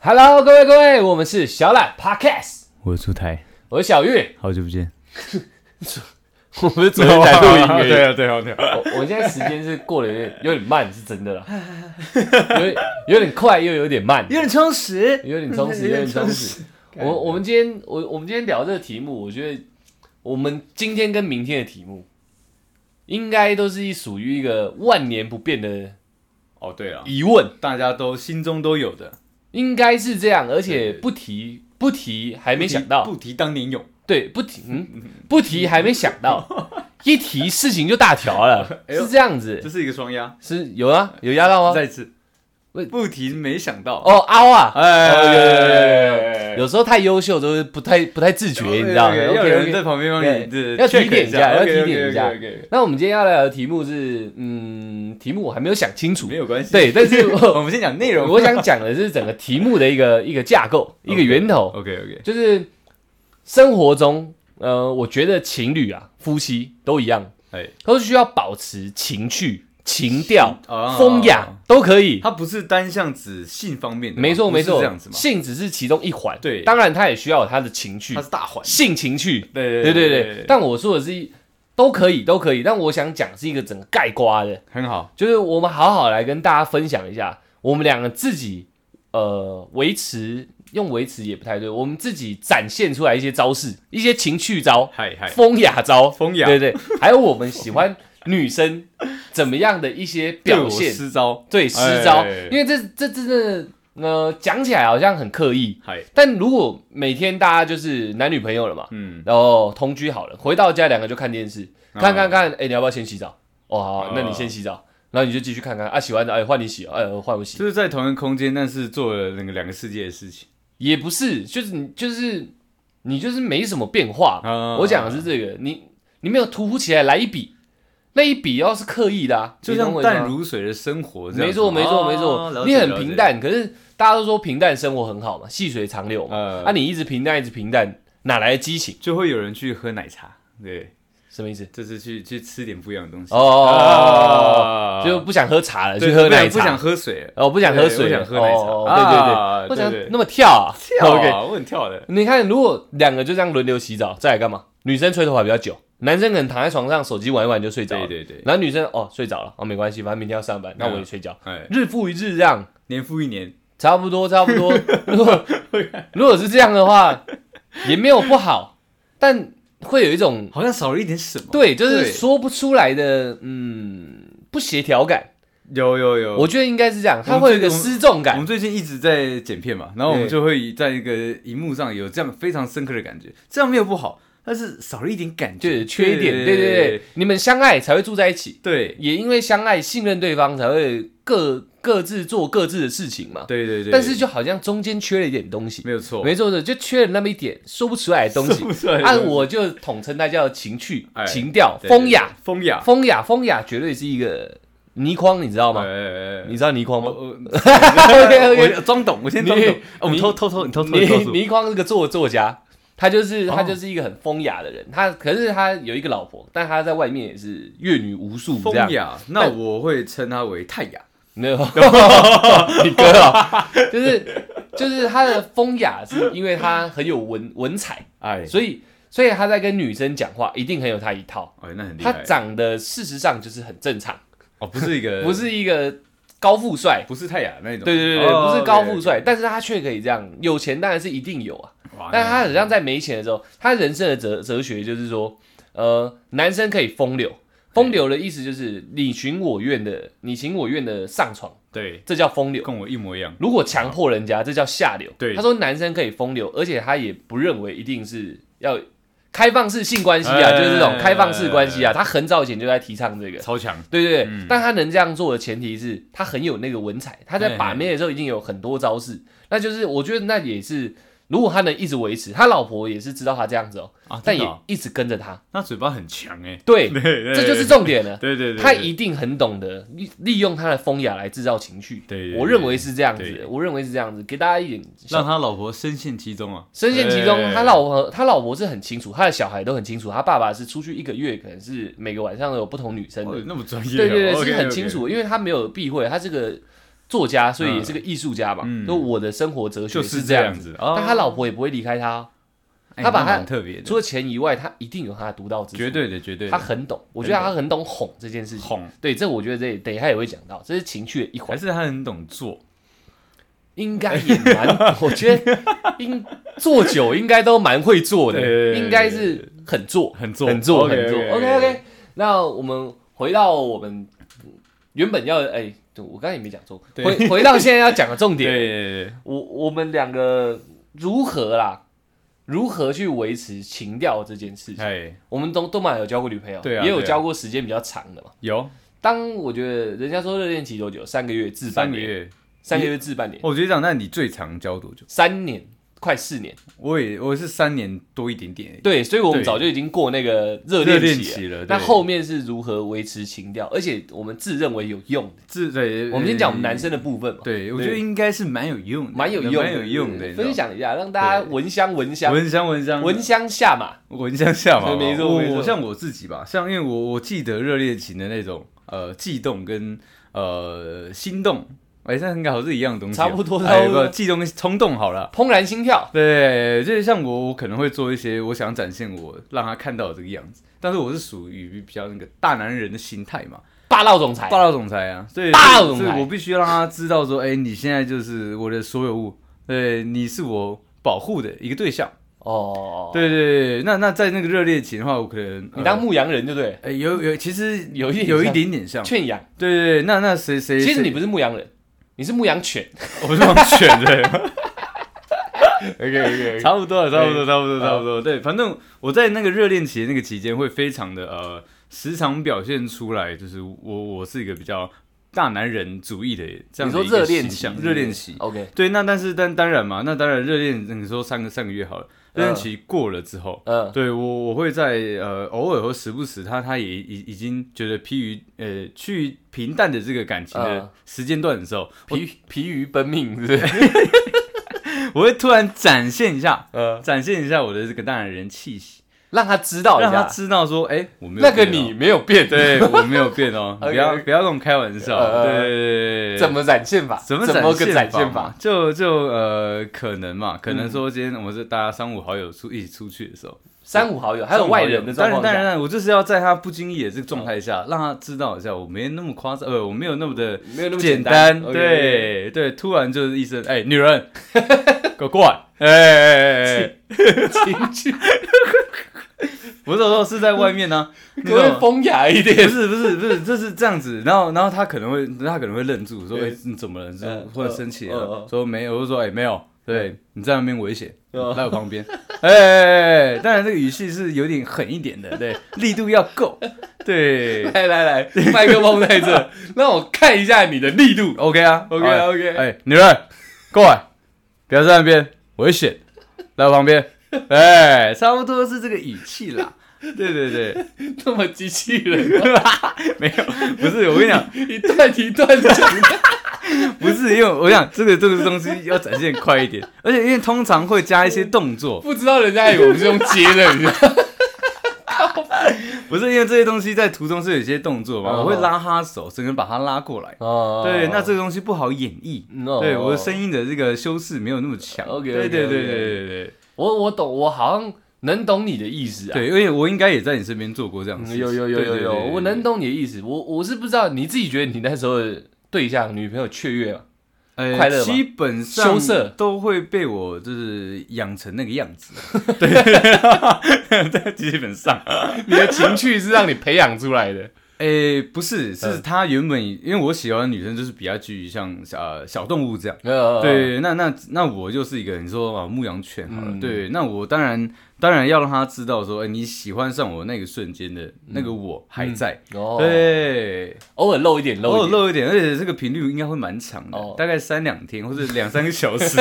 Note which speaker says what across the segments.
Speaker 1: Hello，各位各位，我们是小懒 Podcast，
Speaker 2: 我出台，
Speaker 1: 我是小玉，
Speaker 2: 好久不见。
Speaker 1: 我们昨天在录音而已
Speaker 2: 对啊，对啊，对啊。
Speaker 1: 我我们现在时间是过得有 点有点慢，是真的啦，有点有点快又有点慢，
Speaker 3: 有点充实，
Speaker 1: 有点充实，有点充实。。我我们今天我我们今天聊这个题目，我觉得我们今天跟明天的题目，应该都是一属于一个万年不变的
Speaker 2: 哦，对啊，
Speaker 1: 疑问，
Speaker 2: 大家都心中都有的，
Speaker 1: 应该是这样，而且不提不提还没想到，
Speaker 2: 不提当年勇，
Speaker 1: 对，不提嗯不提还没想到，一提事情就大条了，
Speaker 2: 哎呦
Speaker 1: 是这样
Speaker 2: 这
Speaker 1: 子，
Speaker 2: 是一个双压。
Speaker 1: 是有啊有压到吗？
Speaker 2: 再次
Speaker 1: 喂，
Speaker 2: 不提没想到。
Speaker 1: 哦凹啊，哦有有有有有有
Speaker 2: 哎，
Speaker 1: 有时候太优秀都是不太不太自觉，你知道吗
Speaker 2: 要有人
Speaker 1: ？OK
Speaker 2: 在
Speaker 1: OK。
Speaker 2: 旁边帮
Speaker 1: 对
Speaker 2: 你，对
Speaker 1: 要提
Speaker 2: check
Speaker 1: 点一下要提
Speaker 2: OK，OK，OK，OK，
Speaker 1: 点一下
Speaker 2: OK，OK，
Speaker 1: 那我们今天要聊的题目是，嗯，题目我还没有想清楚
Speaker 2: 没，有关系。
Speaker 1: 对，但是
Speaker 2: 我
Speaker 1: 我
Speaker 2: 们先讲内容。
Speaker 1: 我想讲的是整个题目的一个一个架构，一个源头，
Speaker 2: OK OK，
Speaker 1: 就是生活中，呃，我觉得情侣啊、夫妻都一样，
Speaker 2: 哎，
Speaker 1: 都需要保持情趣、情调、
Speaker 2: 啊
Speaker 1: 风雅都可以。
Speaker 2: 它不是单向指性方面的嘛，
Speaker 1: 没错
Speaker 2: 不
Speaker 1: 没
Speaker 2: 是
Speaker 1: 错
Speaker 2: 这样子，嘛，
Speaker 1: 性只是其中一环，
Speaker 2: 对
Speaker 1: 当然他也需要有他的情趣
Speaker 2: 它，是大环。
Speaker 1: 性情趣，
Speaker 2: 对
Speaker 1: 对对对，但我说的是一都可以，都可以。但我想讲是一个整个盖瓜的，
Speaker 2: 很好。
Speaker 1: 就是我们好好来跟大家分享一下，我们两个自己呃维持用维持也不太对，我们自己展现出来一些招式，一些情趣招、
Speaker 2: 嗨嗨，
Speaker 1: 风雅招，
Speaker 2: 哎风雅
Speaker 1: 对对，还有我们喜欢女生怎么样的一些表
Speaker 2: 对我
Speaker 1: 现，
Speaker 2: 失招，
Speaker 1: 对失招
Speaker 2: 哎哎哎，
Speaker 1: 因为这这真的呃讲起来好像很刻意，
Speaker 2: 嗨，
Speaker 1: 但如果每天大家就是男女朋友了嘛，
Speaker 2: 嗯，
Speaker 1: 然后同居好了，回到家两个就看电视，
Speaker 2: 啊
Speaker 1: 看看看，哎、你要不要先洗澡？哦，好
Speaker 2: 啊
Speaker 1: 那你先洗澡，然后你就继续看看啊，洗完澡，哎、换你洗，哎、换我洗，
Speaker 2: 就是在同一个空间，但是做了那个两个世界的事情。
Speaker 1: 也不是，就是你就是你就是没什么变化。
Speaker 2: 啊
Speaker 1: 我讲的是这个，你你没有突如其来来一笔，那一笔要是刻意的、啊，
Speaker 2: 就
Speaker 1: 你
Speaker 2: 像
Speaker 1: 懂我意思
Speaker 2: 淡
Speaker 1: 吗
Speaker 2: 如水的生活这样子，
Speaker 1: 没错没错
Speaker 2: 哦
Speaker 1: 没
Speaker 2: 了
Speaker 1: 错，
Speaker 2: 解
Speaker 1: 你很
Speaker 2: 了解
Speaker 1: 平淡，可是大家都说平淡生活很好嘛，细水长流嘛，
Speaker 2: 呃
Speaker 1: 啊，你一直平淡一直平淡，哪来的激情？
Speaker 2: 就会有人去喝奶茶，对，
Speaker 1: 什么意思？
Speaker 2: 就是去去吃点不一样的东西。
Speaker 1: 哦，
Speaker 2: 啊
Speaker 1: 就不想喝茶了，
Speaker 2: 对
Speaker 1: 去喝
Speaker 2: 不想
Speaker 1: 奶茶，
Speaker 2: 不想喝水了，
Speaker 1: 哦，不想喝
Speaker 2: 对
Speaker 1: 水
Speaker 2: 我
Speaker 1: 了，
Speaker 2: 想喝奶茶
Speaker 1: 哦
Speaker 2: 啊
Speaker 1: 对对
Speaker 2: 对
Speaker 1: 对，
Speaker 2: 对
Speaker 1: 不想那么跳啊，
Speaker 2: 跳
Speaker 1: OK，
Speaker 2: 啊，我很跳的。
Speaker 1: 你看，如果两个就这样轮流洗澡，再来干嘛？女生吹头发比较久，男生可能躺在床上手机玩一玩就睡着了。
Speaker 2: 对对对
Speaker 1: 然后女生哦睡着了，哦没关系，反正明天要上班，那我也睡觉。
Speaker 2: 哎，
Speaker 1: 日复一日这样，
Speaker 2: 年复一年，
Speaker 1: 差不多差不 多。如果如果是这样的话，也没有不好，但会有一种
Speaker 2: 好像少了一点什么。
Speaker 1: 对，就是
Speaker 2: 对
Speaker 1: 说不出来的嗯不协调感。
Speaker 2: 有有有，
Speaker 1: 我觉得应该是这样，它
Speaker 2: 呃我们
Speaker 1: 会有
Speaker 2: 这
Speaker 1: 一个
Speaker 2: 我们
Speaker 1: 失重
Speaker 2: 我们
Speaker 1: 感。
Speaker 2: 最近一直在剪片嘛，然后我们
Speaker 1: 对
Speaker 2: 就会在一个荧幕上有这样非常深刻的感觉，这样没有不好，但是少了一点感
Speaker 1: 就
Speaker 2: 觉，
Speaker 1: 是缺一点，对对对，你们相爱才会住在一起，
Speaker 2: 对
Speaker 1: 也因为相爱信任对方才会各各自做各自的事情嘛。
Speaker 2: 对对对，
Speaker 1: 但是就好像中间缺了一点东西，
Speaker 2: 没有错，
Speaker 1: 没错的，就缺了那么一点说不出来的东西
Speaker 2: 说不 出来。的
Speaker 1: 按
Speaker 2: 东西
Speaker 1: 我就统称它叫情趣、
Speaker 2: 哎
Speaker 1: 情调、
Speaker 2: 对
Speaker 1: 风雅、，
Speaker 2: 风雅，
Speaker 1: 风雅、风雅，绝对是一个倪匡，你知道
Speaker 2: 哎
Speaker 1: 吗？
Speaker 2: 哎哎
Speaker 1: 你知道倪匡
Speaker 2: 我
Speaker 1: 吗？
Speaker 2: 我
Speaker 1: OK，OK
Speaker 2: 呃我装懂，我先装
Speaker 1: 你
Speaker 2: 懂。哦我们
Speaker 1: 你
Speaker 2: 偷偷偷，你偷偷
Speaker 1: 倪
Speaker 2: 告诉我。
Speaker 1: 倪匡是个作作家，他就是他
Speaker 2: 哦
Speaker 1: 就是一个很风雅的人，他可是他有一个老婆，但他在外面也是阅女无数这
Speaker 2: 风
Speaker 1: 样。
Speaker 2: 雅，那我会称它为泰雅。
Speaker 1: 没有， 你哥啊，就是就是他的风雅，是因为他很有文文采，
Speaker 2: 哎，
Speaker 1: 所以所以他在跟女生讲话一定很有他一套。
Speaker 2: 哎，那很厉
Speaker 1: 他
Speaker 2: 害。
Speaker 1: 长得事实上就是很正常，
Speaker 2: 哦，不是一个，
Speaker 1: 不是一个高富帅，
Speaker 2: 不是泰雅那一种。
Speaker 1: 对对对对，
Speaker 2: 哦
Speaker 1: 不是高富
Speaker 2: OK，OK
Speaker 1: 帅，但是他却可以这样，有钱当然是一定有啊，
Speaker 2: 哇
Speaker 1: 但他好像在没钱的时候，他人生的哲哲学就是说，呃，男生可以风流，风流的意思就是你情我愿的，你情我愿的上床，
Speaker 2: 对，
Speaker 1: 这叫风流。
Speaker 2: 跟我一模一样。
Speaker 1: 如果强迫人家，这叫下流。
Speaker 2: 对
Speaker 1: 他说男生可以风流，而且他也不认为一定是要开放式性关系啊，
Speaker 2: 哎
Speaker 1: 就是这种开放式关系啊。他很早以前就在提倡这个，
Speaker 2: 超强，
Speaker 1: 对对对。
Speaker 2: 嗯
Speaker 1: 但他能这样做的前提是他很有那个文采，他在把妹的时候已经有很多招式，那就是我觉得那也是，如果他能一直维持，他老婆也是知道他这样子哦，
Speaker 2: 啊
Speaker 1: 但
Speaker 2: 真的
Speaker 1: 也
Speaker 2: 哦
Speaker 1: 一直跟着 他。
Speaker 2: 那嘴巴很强哎。
Speaker 1: 对，
Speaker 2: 对 对，
Speaker 1: 这就是
Speaker 2: 这。
Speaker 1: 重点了。
Speaker 2: 对对对，
Speaker 1: 他
Speaker 2: 对
Speaker 1: 一定很懂得利利用他的风雅来制造情绪。
Speaker 2: 对对
Speaker 1: 我认为是这样
Speaker 2: 对
Speaker 1: 子，我认为是这样子，给大家一点小
Speaker 2: 让他老婆深陷其中啊，
Speaker 1: 深陷其中
Speaker 2: 哎。
Speaker 1: 他老婆，他老婆是很清楚，他的小孩都很清楚。他爸爸是出去一个月，可能是每个晚上都有不同女生的
Speaker 2: 哦。那么专业哦，
Speaker 1: 对对对，
Speaker 2: OK，OK，
Speaker 1: 是很清楚，因为他没有避讳，他这个作家，所以也是个艺术家嘛。
Speaker 2: 嗯
Speaker 1: 那、我的生活哲学
Speaker 2: 就是
Speaker 1: 这
Speaker 2: 这样
Speaker 1: 子，
Speaker 2: 子。
Speaker 1: 但他
Speaker 2: 哦
Speaker 1: 老婆也不会离开他哦、
Speaker 2: 哎
Speaker 1: 他把
Speaker 2: 那
Speaker 1: 他
Speaker 2: 蛮特别的，
Speaker 1: 除了钱以外，他一定有他的独到之处。
Speaker 2: 绝对的，绝对
Speaker 1: 他
Speaker 2: 的。
Speaker 1: 很懂，我觉得他很懂哄这件事情。
Speaker 2: 哄，
Speaker 1: 对，这我觉得这等一下也会讲到，这是情趣的一
Speaker 2: 还
Speaker 1: 环，
Speaker 2: 是他很懂做，
Speaker 1: 应该也蛮，我觉得应做酒应该都蛮会做的
Speaker 2: 对对，对
Speaker 1: 应该是很做，
Speaker 2: 很做，
Speaker 1: 很做，
Speaker 2: OK，
Speaker 1: 很做。
Speaker 2: OK，OK，
Speaker 1: OK OK，那我们回到我们原本要哎，对我刚才也没讲错，
Speaker 2: 对
Speaker 1: 回回到现在要讲的重
Speaker 2: 对
Speaker 1: 点，
Speaker 2: 对对对，
Speaker 1: 我我们两个如何啦，如何去维持情调这件事情？
Speaker 2: 哎，
Speaker 1: 我们都都蛮有交过女朋友，
Speaker 2: 对啊
Speaker 1: 也有
Speaker 2: 对啊
Speaker 1: 交过时间比较长的嘛。
Speaker 2: 有
Speaker 1: 当我觉得人家说热恋期多久？三个月至
Speaker 2: 三
Speaker 1: 半
Speaker 2: 个
Speaker 1: 年，
Speaker 2: 月，哦
Speaker 1: 三个月至半年，
Speaker 2: 我觉得这样，那你最长交多久？
Speaker 1: 三年快四年。
Speaker 2: 我也我是三年多一点点而已，
Speaker 1: 对，所以我们
Speaker 2: 对
Speaker 1: 早就已经过那个热
Speaker 2: 热
Speaker 1: 恋
Speaker 2: 恋
Speaker 1: 期了。
Speaker 2: 期了。
Speaker 1: 那
Speaker 2: 对
Speaker 1: 后面是如何维持情调？而且我们自认为有用的。
Speaker 2: 自对，
Speaker 1: 我们先讲我们
Speaker 2: 呃
Speaker 1: 男生的部分嘛，
Speaker 2: 对，我觉得应该是蛮有用的，
Speaker 1: 蛮有用的，
Speaker 2: 蛮有用的。
Speaker 1: 分享一下，让大家
Speaker 2: 对
Speaker 1: 闻香闻香，
Speaker 2: 蚊香蚊香
Speaker 1: 闻香下马。
Speaker 2: 蚊香下嘛，
Speaker 1: 没错
Speaker 2: 我
Speaker 1: 没错
Speaker 2: 我像我自己吧，像因为我我记得热恋期的那种呃悸动跟呃心动，哎，这很好是一样的东西哦，
Speaker 1: 差不多差
Speaker 2: 哎
Speaker 1: 不多
Speaker 2: 不悸动跟冲动好了。
Speaker 1: 怦然心跳，
Speaker 2: 对，就是像我，我可能会做一些我想展现我让他看到的这个样子，但是我是属于比较那个大男人的心态嘛，
Speaker 1: 霸道总裁
Speaker 2: 霸，道总裁啊，对，
Speaker 1: 哎霸道总裁
Speaker 2: 所以我必须要让他知道说，哎、你现在就是我的所有物，对，你是我保护的一个对象，
Speaker 1: 哦，，
Speaker 2: 对对对，那那在那个热烈期的话，我可能
Speaker 1: 你当牧羊人对不对？
Speaker 2: 呃、有有其实
Speaker 1: 有一点
Speaker 2: 有一
Speaker 1: 像
Speaker 2: 点点像，
Speaker 1: 圈养，
Speaker 2: 对对对，那那谁谁
Speaker 1: 其实
Speaker 2: 谁
Speaker 1: 你不是牧羊人，你是牧羊犬。
Speaker 2: 我不是王选 的，
Speaker 1: OK OK，
Speaker 2: 差不多了，差不多，差不多，差不多。对，反正我在那个热恋期的那个期间，会非常的呃，时常表现出来，就是我我是一个比较大男人主义的这样
Speaker 1: 你
Speaker 2: 的
Speaker 1: 说
Speaker 2: 一个
Speaker 1: 热恋
Speaker 2: 形
Speaker 1: 期
Speaker 2: 象，，热恋期。
Speaker 1: OK，
Speaker 2: 对，那但是但当然嘛，那当然热恋，你说三个三个月好了，热恋
Speaker 1: 嗯
Speaker 2: 期过了之后，
Speaker 1: 嗯，
Speaker 2: 对我我会在呃偶尔和时不时他他也已已经觉得疲于呃趋于平淡的这个感情
Speaker 1: 嗯
Speaker 2: 的时间段的时候，我
Speaker 1: 疲疲于奔命，是不是？
Speaker 2: 我会突然展现一下，
Speaker 1: 呃，
Speaker 2: 展现一下我的这个大男人气息，
Speaker 1: 让他知道一
Speaker 2: 让他
Speaker 1: 下，
Speaker 2: 知道说，哎、我没有
Speaker 1: 那个
Speaker 2: 变哦
Speaker 1: 你没有变，
Speaker 2: 对我没有变 哦，
Speaker 1: OK，
Speaker 2: 不要
Speaker 1: OK
Speaker 2: 不要跟我开玩笑，
Speaker 1: 呃
Speaker 2: 对对对对对，
Speaker 1: 怎么展现法？
Speaker 2: 怎么
Speaker 1: 怎
Speaker 2: 展
Speaker 1: 么
Speaker 2: 现
Speaker 1: 个展现
Speaker 2: 嘛
Speaker 1: 法？？嗯
Speaker 2: 就就呃可能嘛，可能说今天我们是大家三五好友出一起出去的时候，
Speaker 1: 三五好友，还有外人的状
Speaker 2: 当然
Speaker 1: 况
Speaker 2: 当然，
Speaker 1: 下，
Speaker 2: 当然我就是要在他不经意的这个状态下，让他知道一下，我没那么夸张，呃，我没有那么的
Speaker 1: 没有那么
Speaker 2: 简
Speaker 1: 单
Speaker 2: 单，，对对，突然就是一声，哎，女人，给我过来，哎哎哎哎，
Speaker 1: 情趣，
Speaker 2: 不是说是在外面呢，你
Speaker 1: 可不
Speaker 2: 懂
Speaker 1: 可
Speaker 2: 吗
Speaker 1: 以风雅一
Speaker 2: 不
Speaker 1: 点？
Speaker 2: 是不是不是，这是这样子，然后然后他可能会他可能会愣住，说
Speaker 1: 对
Speaker 2: 哎你怎么了？是
Speaker 1: 嗯
Speaker 2: 或者生气
Speaker 1: 嗯嗯
Speaker 2: 了
Speaker 1: 嗯，
Speaker 2: 说没有，我就说哎没有，对你在那边危险，
Speaker 1: 嗯
Speaker 2: 来我旁边，哎哎哎，哎当然这个语气是有点狠一点的，对，力度要够，对
Speaker 1: 来来来，麦克风在 这，让我看一下你的力度。
Speaker 2: ，OK 啊
Speaker 1: OK
Speaker 2: 啊
Speaker 1: OK，
Speaker 2: 哎女人过来，不要在那边危险，来我旁边，哎，差不多是这个语气啦，对对对，
Speaker 1: 那么机器人，
Speaker 2: 没有，不是我跟你讲。
Speaker 1: 一段一段讲，
Speaker 2: 不是，因为我想这个这个东西要展现快一点，而且因为通常会加一些动作，
Speaker 1: 不知道人家以为我们是用接的， 你知道吗？
Speaker 2: 不是因为这些东西在途中是有一些动作嘛，
Speaker 1: 哦
Speaker 2: 我会拉他手，整个把他拉过来。
Speaker 1: 哦
Speaker 2: 对，那这个东西不好演绎，对我的声音的这个修饰没有那么强。
Speaker 1: OK，OK，
Speaker 2: 对对
Speaker 1: OK
Speaker 2: 对对对对
Speaker 1: 我我懂，我好像能懂你的意思啊。
Speaker 2: 对，因为我应该也在你身边做过这样的
Speaker 1: 嗯
Speaker 2: 事情。
Speaker 1: 有有有
Speaker 2: 对
Speaker 1: 有
Speaker 2: 对
Speaker 1: 有，
Speaker 2: 对对
Speaker 1: 我能懂你的意思。我我是不知道你自己觉得你那时候的对象女朋友雀跃嘛？
Speaker 2: 呃
Speaker 1: 快乐吗
Speaker 2: 基本
Speaker 1: 羞
Speaker 2: 上
Speaker 1: 涩
Speaker 2: 都会被我就是养成那个样 子。 对，基本上。
Speaker 1: 你的情趣是让你培养出来的。
Speaker 2: 诶、不是，是
Speaker 1: 嗯
Speaker 2: 他原本因为我喜欢的女生就是比较居于像呃小动物这样。
Speaker 1: 呃，
Speaker 2: 对，那那那我就是一个你说啊牧羊犬好了，
Speaker 1: 嗯
Speaker 2: 对，那我当然当然要让他知道说，哎、你喜欢上我那个瞬间的、那个我还在，
Speaker 1: 嗯哦，
Speaker 2: 对，
Speaker 1: 偶尔露一 点，
Speaker 2: 偶
Speaker 1: 露
Speaker 2: 尔
Speaker 1: 一点。
Speaker 2: 哦露一点，而且这个频率应该会蛮长的，
Speaker 1: 哦
Speaker 2: 大概三两天或者两三个小时，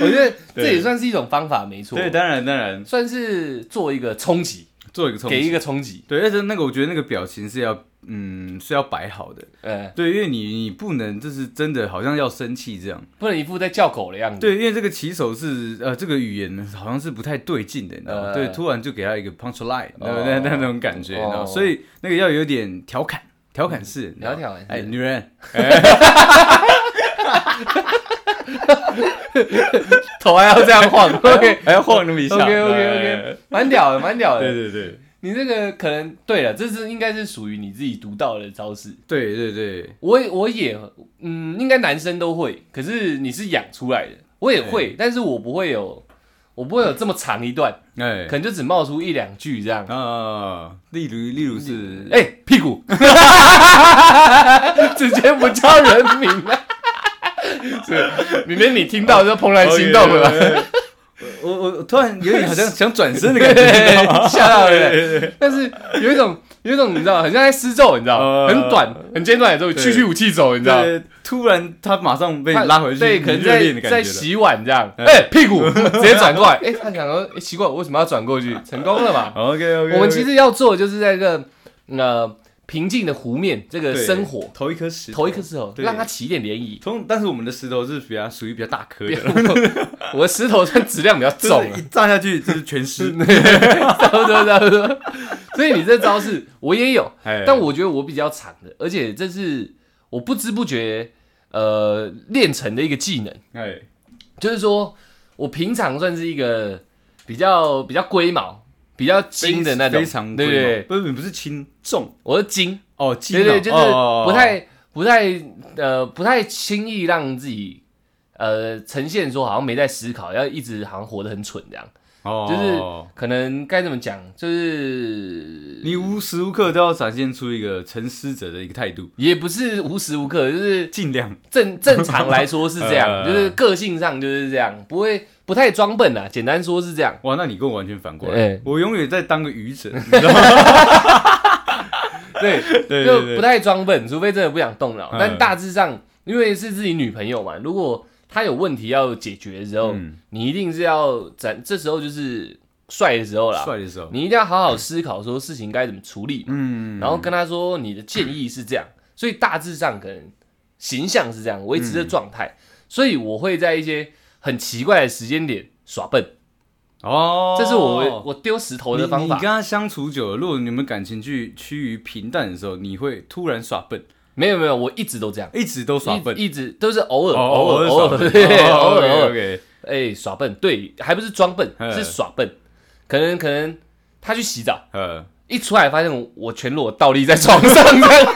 Speaker 1: 我觉得这
Speaker 2: 对
Speaker 1: 也算是一种方法，没 错，
Speaker 2: 对，当然当然
Speaker 1: 算是做一个冲击，
Speaker 2: 做一个冲
Speaker 1: 给一
Speaker 2: 击，
Speaker 1: 个冲击。
Speaker 2: 对，而且那个我觉得那个表情是要嗯是要摆好的，
Speaker 1: 呃，
Speaker 2: 对，因为你你不能就是真的好像要生气这样。
Speaker 1: 不能一副在叫狗的样子。
Speaker 2: 对，因为这个骑手是呃，这个语言好像是不太对劲的，你知道吗？
Speaker 1: 呃
Speaker 2: 对，突然就给他一个 punch line，
Speaker 1: 哦
Speaker 2: 对不对？那那种感觉，
Speaker 1: 哦嗯
Speaker 2: 你知道吗所以那个要有点调侃，调侃式，
Speaker 1: 聊调侃式
Speaker 2: 哎，女人，
Speaker 1: 头还要这样 晃，OK
Speaker 2: 哎还要晃那么一下哎
Speaker 1: OK OK OK，蛮屌的，蛮屌
Speaker 2: 对
Speaker 1: 的。
Speaker 2: 对对
Speaker 1: 你这个可能对了，这是应该是属于你自己独到的招式。
Speaker 2: 对对对，
Speaker 1: 我也我也嗯，应该男生都会，可是你是养出来的，我也会，但是我不会有，我不会有这么长一段，
Speaker 2: 哎
Speaker 1: 可能就只冒出一两句这样。
Speaker 2: 啊，例如例如是，
Speaker 1: 哎、屁股， 直接不叫人名了。 是，明天你听到就怦然心动了吧，
Speaker 2: 哎。哎哎我我我突然有点好像想转身的感觉，你知道吗
Speaker 1: 吓到人
Speaker 2: 对对对
Speaker 1: 但是有一种有一种你知道，很像在施咒，你知道，
Speaker 2: 呃
Speaker 1: 很短很简短的时候，
Speaker 2: 对
Speaker 1: 去去武器走，你知道。
Speaker 2: 对突然他马上被
Speaker 1: 他
Speaker 2: 拉回去，
Speaker 1: 对，可能
Speaker 2: 热恋
Speaker 1: 在在
Speaker 2: 的感觉了。
Speaker 1: 洗碗这样，
Speaker 2: 嗯
Speaker 1: 哎，屁股 直接转过来，哎，他想说，哎，奇怪，我为什么要转过去？成功了嘛？
Speaker 2: OK OK，
Speaker 1: 我们其实要做的就是在一个呃平静的湖面这个生活，
Speaker 2: 投一颗石头，
Speaker 1: 投一颗石头，
Speaker 2: 对
Speaker 1: 让它起一点涟漪。
Speaker 2: 通，但是我们的石头是比较属于比较大颗 的，
Speaker 1: 我的石头算质量比较重
Speaker 2: 就是
Speaker 1: 啊
Speaker 2: 一，炸下去就是全湿。
Speaker 1: 差 不多差不多。所以你这招式我也有，
Speaker 2: 哎
Speaker 1: 但我觉得我比较长的，而且这是我不知不觉呃练成的一个技能，
Speaker 2: 哎
Speaker 1: 就是说我平常算是一个比较比较龟毛、比较精的那种，
Speaker 2: 非常
Speaker 1: 对
Speaker 2: 贵
Speaker 1: 不对，
Speaker 2: 吗不是不是轻重
Speaker 1: 我是精，
Speaker 2: 哦，轻
Speaker 1: 对对，
Speaker 2: 哦
Speaker 1: 就是
Speaker 2: 哦
Speaker 1: 不太不太呃不太轻易让自己。呃，呈现说好像没在思考，要一直好像活得很蠢这样，
Speaker 2: 哦，
Speaker 1: 可能该怎么讲，就是
Speaker 2: 就是你无时无刻都要展现出一个沉思者的一个态度，
Speaker 1: 也不是无时无刻，就是
Speaker 2: 尽量
Speaker 1: 正正常来说是这样，
Speaker 2: 呃
Speaker 1: 就是个性上就是这样，不会不太装笨啊。简单说是这样，
Speaker 2: 哇，那你跟我完全反过
Speaker 1: 哎
Speaker 2: 来，我永远在当个 愚者，你知道吗？
Speaker 1: 对，
Speaker 2: 对对
Speaker 1: 就不
Speaker 2: 对，
Speaker 1: 太装笨，除非真的不想动脑。
Speaker 2: 嗯
Speaker 1: 但大致上，因为是自己女朋友嘛，如果她有问题要解决的时候，
Speaker 2: 嗯
Speaker 1: 你一定是要展，这时候就是帅的时候啦，
Speaker 2: 帅的时候，
Speaker 1: 你一定要好好思考说事情该怎么处理嘛，
Speaker 2: 嗯，
Speaker 1: 然后跟她说你的建议是这样，所以大致上可能形象是这样，维持这状态，
Speaker 2: 嗯
Speaker 1: 所以我会在一些很奇怪的时间点耍笨。
Speaker 2: 哦，
Speaker 1: 这是我我丢石头
Speaker 2: 你
Speaker 1: 的方
Speaker 2: 你
Speaker 1: 法
Speaker 2: 跟。他相处久了，如果你们感情去趋于平淡的时候，你会突然耍笨，
Speaker 1: 没有没有，我一直都这样，
Speaker 2: 一直都耍笨，
Speaker 1: 一一直都是偶尔
Speaker 2: 哦
Speaker 1: 偶尔 偶
Speaker 2: 偶
Speaker 1: 尔
Speaker 2: 尔哦
Speaker 1: 对偶尔偶尔，
Speaker 2: OK，
Speaker 1: 哎耍笨，对，还不是装笨，
Speaker 2: 嗯
Speaker 1: 是耍笨。可能可能他去洗澡，
Speaker 2: 呃，
Speaker 1: 一出来发现我我全裸倒立在床上，这样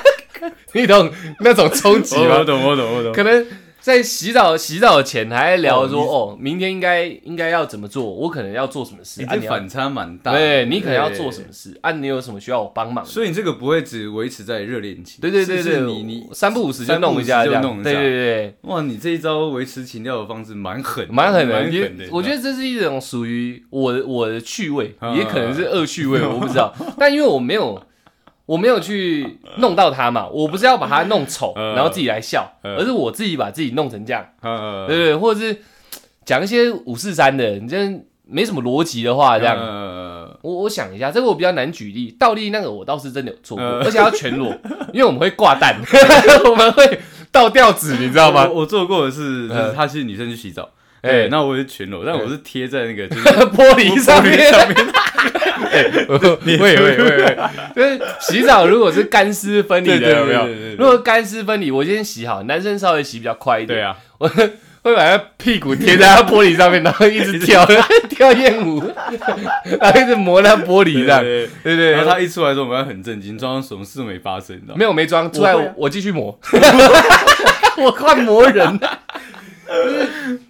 Speaker 1: 你懂那种冲击
Speaker 2: 哦我
Speaker 1: 吗？
Speaker 2: 懂我懂我懂，
Speaker 1: 可能在洗澡洗澡前还聊说
Speaker 2: 哦
Speaker 1: 哦，明天应该应该要怎么做，我可能要做什么事
Speaker 2: 你
Speaker 1: 啊？你
Speaker 2: 这
Speaker 1: 要
Speaker 2: 反差蛮大，
Speaker 1: 对哎你可能要做什
Speaker 2: 么？
Speaker 1: 么事啊？你有什么需要我帮忙的？
Speaker 2: 所以你这个不会只维持在热恋期，
Speaker 1: 对对对
Speaker 2: 是
Speaker 1: 对，
Speaker 2: 是你你
Speaker 1: 三不五时就
Speaker 2: 三不五
Speaker 1: 弄一
Speaker 2: 时
Speaker 1: 下
Speaker 2: 就
Speaker 1: 这样，
Speaker 2: 弄一
Speaker 1: 对
Speaker 2: 下
Speaker 1: 对对，
Speaker 2: 哇，你这一招维持情调的方式蛮狠，
Speaker 1: 蛮狠的。
Speaker 2: 蛮
Speaker 1: 因
Speaker 2: 狠的
Speaker 1: 为，我觉得这是一种属于我的我的趣味，
Speaker 2: 啊
Speaker 1: 也可能是恶趣味，我不知道。但因为我没有我没有去弄到他嘛，我不是要把他弄丑，
Speaker 2: 呃
Speaker 1: 然后自己来笑，
Speaker 2: 呃
Speaker 1: 而是我自己把自己弄成这样，
Speaker 2: 呃
Speaker 1: 对不对？或者是讲一些五四三的，你这没什么逻辑的话，这
Speaker 2: 呃嗯
Speaker 1: 样。
Speaker 2: 样，
Speaker 1: 我我想一下，这个我比较难举例。倒立那个我倒是真的有做过，
Speaker 2: 呃
Speaker 1: 而且要全裸，因为我们会挂蛋， 我们会倒吊子，你知道吗？
Speaker 2: 我我做过的是，就
Speaker 1: 呃
Speaker 2: 是他去女生去洗澡，
Speaker 1: 哎
Speaker 2: 哎，那我是全裸，但我是贴在那个 就是
Speaker 1: 玻璃上面。哎
Speaker 2: 玻
Speaker 1: 会会会会， 就是洗澡如果是干湿分离
Speaker 2: 对对
Speaker 1: 的，有没有
Speaker 2: 对对对对？
Speaker 1: 如果干湿分离，我先洗好，男生稍微洗比较快一
Speaker 2: 对
Speaker 1: 点，
Speaker 2: 啊，
Speaker 1: 我会把他屁股贴在他玻璃上面，然后一直跳 跳艳舞，然后一直磨他玻璃这样。
Speaker 2: 对
Speaker 1: 对啊
Speaker 2: 对对
Speaker 1: 对，
Speaker 2: 然后他一出来的时候，我们要很震惊，装作什么事都没发生，你知道吗？
Speaker 1: 没有没装，出来
Speaker 2: 我会
Speaker 1: 我
Speaker 2: 啊
Speaker 1: 我继续 磨，我快磨 人了。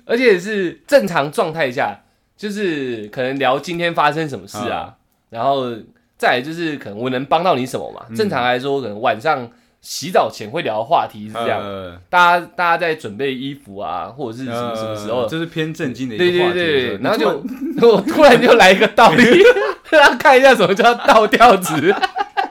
Speaker 1: 而且是正常状态下，就是可能聊今天发生什么事啊，然后再来就是可能我能帮到你什么嘛。正常来说，可能晚上洗澡前会聊的话题是这样，
Speaker 2: 呃
Speaker 1: 大家大家在准备衣服啊，或者是什么什么时候
Speaker 2: 呃，就是偏震惊的一
Speaker 1: 对
Speaker 2: 个
Speaker 1: 对
Speaker 2: 话题的时
Speaker 1: 对
Speaker 2: 候，，
Speaker 1: 然后
Speaker 2: 你突
Speaker 1: 就 我突然就来一个倒立， 让他看一下什么叫倒吊子，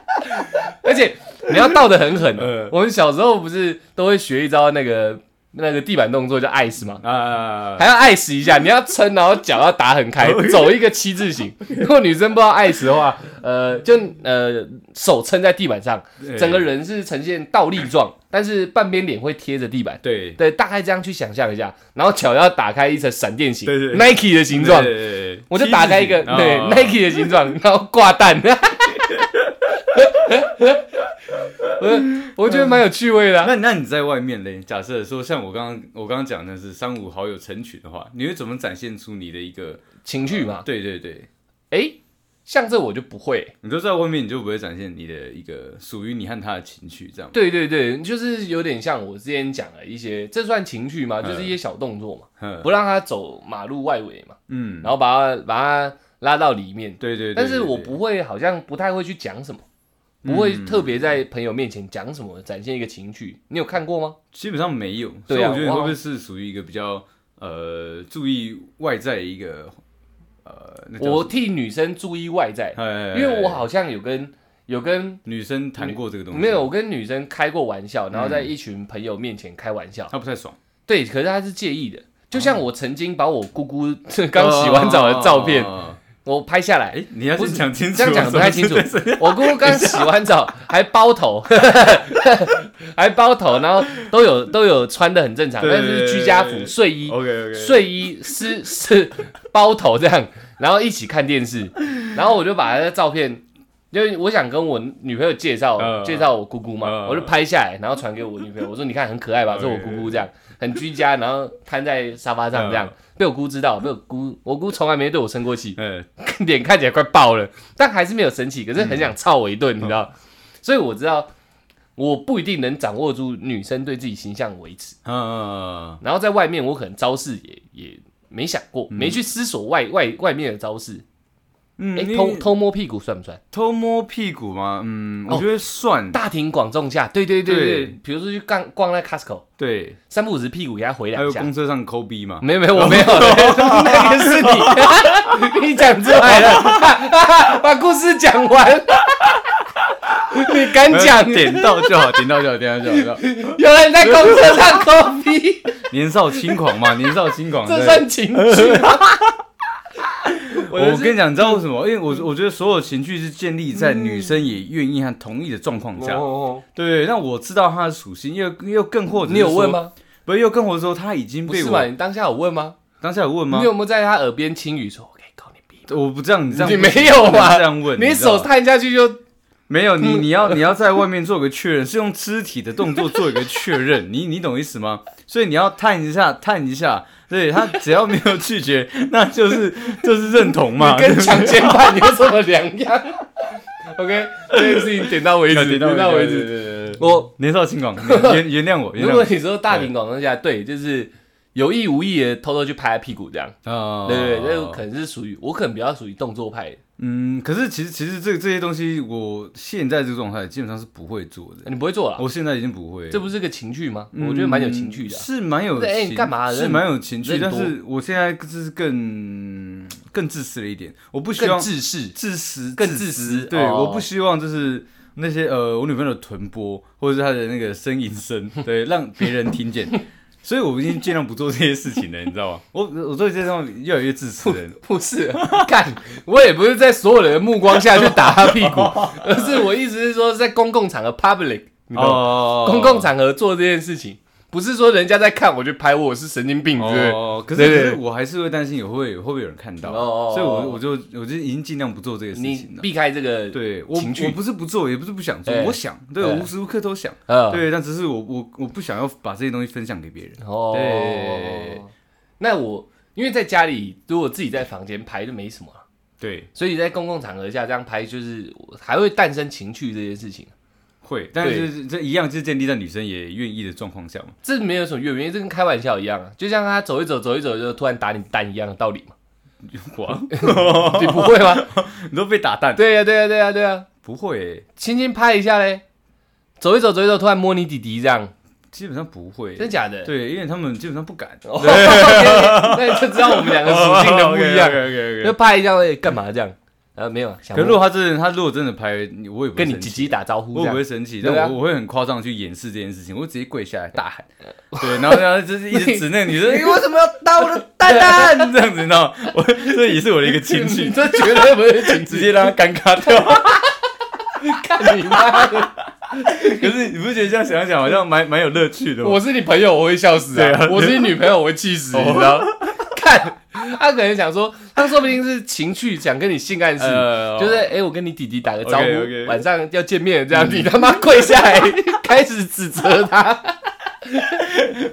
Speaker 1: 而且你要倒的很狠哦
Speaker 2: 嗯。
Speaker 1: 我们小时候不是都会学一招那个那个地板动作叫 ice 吗？
Speaker 2: 啊，
Speaker 1: 还要 ice 一下，你要撑，然后脚要打很 开，走一个七字形。如果女生不知道 ice 的话，呃，就呃手撑在地板上，
Speaker 2: 哎
Speaker 1: 整个人是呈现倒立状，但是半边脸会贴着地板。
Speaker 2: 对
Speaker 1: 对，大概这样去想象一下，然后脚要打开一层闪电形
Speaker 2: 对对
Speaker 1: Nike 的形状，
Speaker 2: 对对对
Speaker 1: 我就打开一个
Speaker 2: 七字形
Speaker 1: 对
Speaker 2: 哦
Speaker 1: Nike 的形状，然后挂蛋， 我觉得蛮有趣味的啊、
Speaker 2: 那那你在外面嘞？假设说像我刚刚我刚刚讲的是三五好友成群的话，你会怎么展现出你的一个？
Speaker 1: 情趣嘛。
Speaker 2: 对对对，
Speaker 1: 哎、像这我就不会。
Speaker 2: 你就在外面，你就不会展现你的一个属于你和他的情绪，这样。
Speaker 1: 对对对，就是有点像我之前讲的一些，这算情趣吗？
Speaker 2: 嗯
Speaker 1: 就是一些小动作嘛，
Speaker 2: 嗯
Speaker 1: 不让他走马路外围嘛，
Speaker 2: 嗯，
Speaker 1: 然后把他把他拉到里面。
Speaker 2: 对对对。
Speaker 1: 但是
Speaker 2: 对
Speaker 1: 我
Speaker 2: 对
Speaker 1: 不会，好像不太会去讲什么，
Speaker 2: 嗯
Speaker 1: 不会特别在朋友面前讲什么，展现一个情趣。你有看过吗？
Speaker 2: 基本上没有，所以
Speaker 1: 对啊
Speaker 2: 我觉得你
Speaker 1: 我
Speaker 2: 会不会是属于一个比较呃注意外在的一个呃，那叫
Speaker 1: 我
Speaker 2: 什
Speaker 1: 替女生注意外在，
Speaker 2: 么 哎
Speaker 1: 因为我好像有跟有跟
Speaker 2: 女生谈过这个东西，嗯
Speaker 1: 没有，我跟女生开过玩笑，然后在一群朋友面前开玩笑，
Speaker 2: 她不太爽。
Speaker 1: 对，可是她是介意的。就像
Speaker 2: 哦
Speaker 1: 我曾经把我姑姑 刚洗完澡的照片，
Speaker 2: 哦
Speaker 1: 我拍下 来，
Speaker 2: 哎，你要
Speaker 1: 不
Speaker 2: 先
Speaker 1: 是
Speaker 2: 讲清楚，
Speaker 1: 这样讲得不太清楚
Speaker 2: 什么是 对。
Speaker 1: 我姑姑刚洗完澡还包头， 还包头，然后都有都有穿的很正常，
Speaker 2: 对
Speaker 1: 但是是居家
Speaker 2: 对对
Speaker 1: 服、
Speaker 2: 对
Speaker 1: 睡衣、
Speaker 2: OK OK，
Speaker 1: 睡衣是是包头这样，然后一起看电视，然后我就把他的照片，因为我想跟我女朋友介绍、
Speaker 2: 嗯
Speaker 1: 介绍我姑姑嘛，
Speaker 2: 嗯
Speaker 1: 我就拍下来，然后传给我 女朋友，我说你看很可爱吧，
Speaker 2: 嗯
Speaker 1: 这我姑姑这样很居家，然后瘫在沙发上这
Speaker 2: 嗯
Speaker 1: 样，被我姑知道，被我姑我姑从来没对我生过气，
Speaker 2: 哎，
Speaker 1: 脸看起来快爆了，但还是没有生气，可是很想操我一
Speaker 2: 嗯
Speaker 1: 顿，你知道，所以我知道。我不一定能掌握住女生对自己形象维持，
Speaker 2: 啊，
Speaker 1: 然后在外面我可能招式也也没想过，没去思索外外外面的招式。
Speaker 2: 嗯，
Speaker 1: 哎、
Speaker 2: 你
Speaker 1: 偷偷摸屁股算不算？
Speaker 2: 偷摸屁股吗？嗯，
Speaker 1: 哦
Speaker 2: 我觉得算
Speaker 1: 大庭广众下，对对对对，
Speaker 2: 对
Speaker 1: 比如说去逛逛那 Costco，
Speaker 2: 对，
Speaker 1: 三不五时屁股给他回
Speaker 2: 还有
Speaker 1: 两下
Speaker 2: 哎公。车上抠逼嘛，
Speaker 1: 没有没有，我 没有， 那个是你，你 讲出来了，把故事讲完， 你敢 讲？
Speaker 2: 点到就好，点到就好，点到就好。点到
Speaker 1: 原来你在公车上抠逼，
Speaker 2: 年少轻狂嘛，年少轻狂，
Speaker 1: 这
Speaker 2: 对
Speaker 1: 算情趣啊
Speaker 2: 哦
Speaker 1: 吗？
Speaker 2: 我
Speaker 1: 的是嗯
Speaker 2: 跟你讲，你知道为什么？因为我我觉得所有情绪是建立在女生也愿意和同意的状况下。
Speaker 1: 哦
Speaker 2: 对，那我知道她的属性，又又更或者是
Speaker 1: 你有问
Speaker 2: 说？
Speaker 1: 吗？
Speaker 2: 哦不是，又更或者说她已经
Speaker 1: 不
Speaker 2: 被
Speaker 1: 是嘛？
Speaker 2: 我
Speaker 1: 你当下有问吗？
Speaker 2: 当下有问吗
Speaker 1: 你？有没有在他耳边轻语说：“我可以告你逼
Speaker 2: 我不这样，你这样
Speaker 1: 你
Speaker 2: 不行
Speaker 1: 没有
Speaker 2: 不能
Speaker 1: 吧
Speaker 2: 这样问，
Speaker 1: 你
Speaker 2: 知
Speaker 1: 手
Speaker 2: 道吗
Speaker 1: 探下去就
Speaker 2: 没有
Speaker 1: 嗯
Speaker 2: 你，你要你 要在外面做个确认，是用肢体的动作做一个确认，你你懂意思吗？所以你要探一下，探一下，对他只要没有拒绝， 那就是就是认同嘛，
Speaker 1: 跟强奸犯有什么两样？OK，这件事情点到为止，
Speaker 2: 点到
Speaker 1: 点到为
Speaker 2: 为
Speaker 1: 止。
Speaker 2: 止。
Speaker 1: 我
Speaker 2: 哦年少 轻狂，原原原谅我，原
Speaker 1: 如
Speaker 2: 谅我
Speaker 1: 果。你说大庭广众下，对，就是有意无意的偷偷去拍他屁股这样，
Speaker 2: 啊，
Speaker 1: 对对对，那可能是属于我可能比较属于动作派的，
Speaker 2: 嗯，可是其实其实这这些东西，我现在这个状态基本上是不会做的，
Speaker 1: 你不会做了，
Speaker 2: 我现在已经不会。
Speaker 1: 嗯这不是个情趣吗？
Speaker 2: 嗯
Speaker 1: 我觉得蛮有情趣的啊。
Speaker 2: 是蛮有
Speaker 1: 对哎
Speaker 2: 情
Speaker 1: 你干嘛
Speaker 2: 是
Speaker 1: 人
Speaker 2: 蛮有情趣，
Speaker 1: 人
Speaker 2: 但
Speaker 1: 多
Speaker 2: 是我现在就是更更自私了一点，我不希
Speaker 1: 更
Speaker 2: 望
Speaker 1: 自视，
Speaker 2: 自私，
Speaker 1: 更自
Speaker 2: 自
Speaker 1: 私
Speaker 2: 对，
Speaker 1: 哦
Speaker 2: 我不希望就是那些呃，我女朋友的臀波或者是她的那个呻吟 声，对，让别人听见。所以我已经尽量不做这些事情了，你知道吗？ 我我对这种越来越自私了。
Speaker 1: 不是，看我也不是在所有人的目光下去打他屁股，而是我意思是说在公共场合 public，你懂吗？
Speaker 2: 哦
Speaker 1: 公共场合做这件事情，不是说人家在看我去拍我是神经病，对不对？
Speaker 2: 哦，可
Speaker 1: 对
Speaker 2: 是可
Speaker 1: 对
Speaker 2: 是我还是会担心有会会不会有人看到，
Speaker 1: 哦哦哦
Speaker 2: 所以我我就我就已经尽量不做这个事情
Speaker 1: 你
Speaker 2: 了。
Speaker 1: 避开这个，，
Speaker 2: 对我
Speaker 1: 情绪
Speaker 2: 我不是不做，也不是不想做
Speaker 1: 哎，
Speaker 2: 我想，对，
Speaker 1: 对
Speaker 2: 我无时无刻都想，
Speaker 1: 呃，
Speaker 2: 对，但只是我我我不想要把这些东西分享给别人。
Speaker 1: 哦，
Speaker 2: 对
Speaker 1: 那我因为在家里，如果自己在房间拍就没什么啊、
Speaker 2: 对，
Speaker 1: 所以在公共场合下这样拍，就是我还会诞生情趣这件事情，
Speaker 2: 会，但是这一样就是建立在女生也愿意的状况下嘛。
Speaker 1: 这没有什么原因为这跟开玩笑一样啊，就像他走一走，走一走就突然打你蛋一样的道理嘛，
Speaker 2: 哇，
Speaker 1: 你不会吗？
Speaker 2: 你都被打蛋？
Speaker 1: 对呀、对呀、对呀、对呀、
Speaker 2: 不会欸，
Speaker 1: 轻轻拍一下嘞，走一走，走一走，突然摸你弟弟这样，
Speaker 2: 基本上不会。
Speaker 1: 真假 的？
Speaker 2: 对，因为他们基本上不敢，
Speaker 1: 哦 那你就知道我们两个属性的不 一样。就
Speaker 2: 样。
Speaker 1: 拍一下哎干嘛这样？呃，没有啊，想
Speaker 2: 哦可是如果他真的，他如果真的拍，你我也不会
Speaker 1: 跟你
Speaker 2: 生气
Speaker 1: 姐姐打招呼
Speaker 2: 我
Speaker 1: 这
Speaker 2: 也
Speaker 1: 样
Speaker 2: 不会，生气，
Speaker 1: 对啊
Speaker 2: 但我我会很夸张地去掩饰这件事情，我直接跪下来大喊，对，然后然后就是一直指那个女生， 你为什么要打我的蛋 蛋？这样子，你知道吗，我这也是我的一个情
Speaker 1: 你
Speaker 2: 绪，
Speaker 1: 这绝对不是情
Speaker 2: 直
Speaker 1: 绪，
Speaker 2: 接让她尴尬掉。
Speaker 1: 看你妈的！
Speaker 2: 可是你不觉得这样想一想好像蛮蛮有乐趣的 吗？
Speaker 1: 我是你朋友，我会笑死
Speaker 2: 对
Speaker 1: 啊
Speaker 2: 啊！ 哦
Speaker 1: 我是你女朋友，我会气死，你知道？看他可能想说，他说不定是情趣想跟你性暗示，
Speaker 2: 呃
Speaker 1: 就是哎、诶我跟你弟弟打个招呼
Speaker 2: OK，OK 嗯
Speaker 1: 晚上要见面这样，你他妈跪下 来开始指责他，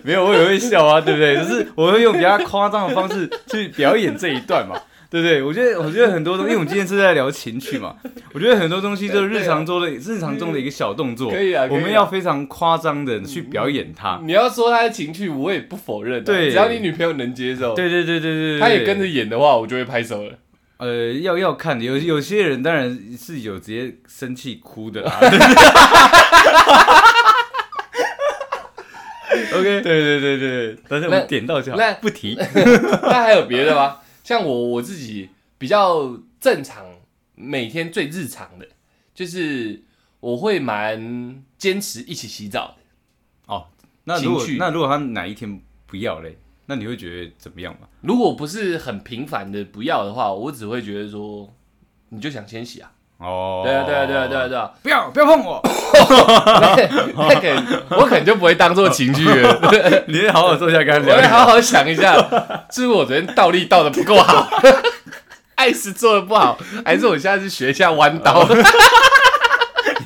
Speaker 2: 没有，我也会笑啊，对不对？就是我会用比较夸张的方式去表演这一段嘛，对不对？我觉得，我觉得很多东西，因为我们今天是在聊情趣嘛，我觉得很多东西就是日常中的日常中的一个小动作，
Speaker 1: 可以啊可以啊
Speaker 2: 我们要非常夸张的去表演它。
Speaker 1: 你要说他的情趣，我也不否认、啊，
Speaker 2: 对
Speaker 1: 只要你女朋友能接受，
Speaker 2: 对对对对对，对
Speaker 1: 他也跟着。演的话，我就会拍手了。
Speaker 2: 呃，要要看的，有有些人当然是有直接生气哭 的啊啦。OK，对对对对，但是我
Speaker 1: 那
Speaker 2: 们点到就好
Speaker 1: 那，
Speaker 2: 不提。
Speaker 1: 那还有别的吗？像我我自己比较正常，每天最日常的，就是我会蛮坚持一起洗澡的。
Speaker 2: 哦那如果
Speaker 1: 情绪
Speaker 2: 那如果他哪一天不要嘞，那你会觉得怎么样嘛？
Speaker 1: 如果不是很频繁的不要的话，我只会觉得说，你就想先洗啊。
Speaker 2: 哦，
Speaker 1: 对啊，对啊，对啊，对啊，对啊。
Speaker 2: 不要不要碰我，
Speaker 1: 那可能我可能就不会当做情绪了，
Speaker 2: 你好好坐下跟他
Speaker 1: 我
Speaker 2: 聊一
Speaker 1: 会好
Speaker 2: 聊。
Speaker 1: 好想一下，是不是我昨天倒立倒的不够好， 爱是做的不好，还是我下次学一下弯刀？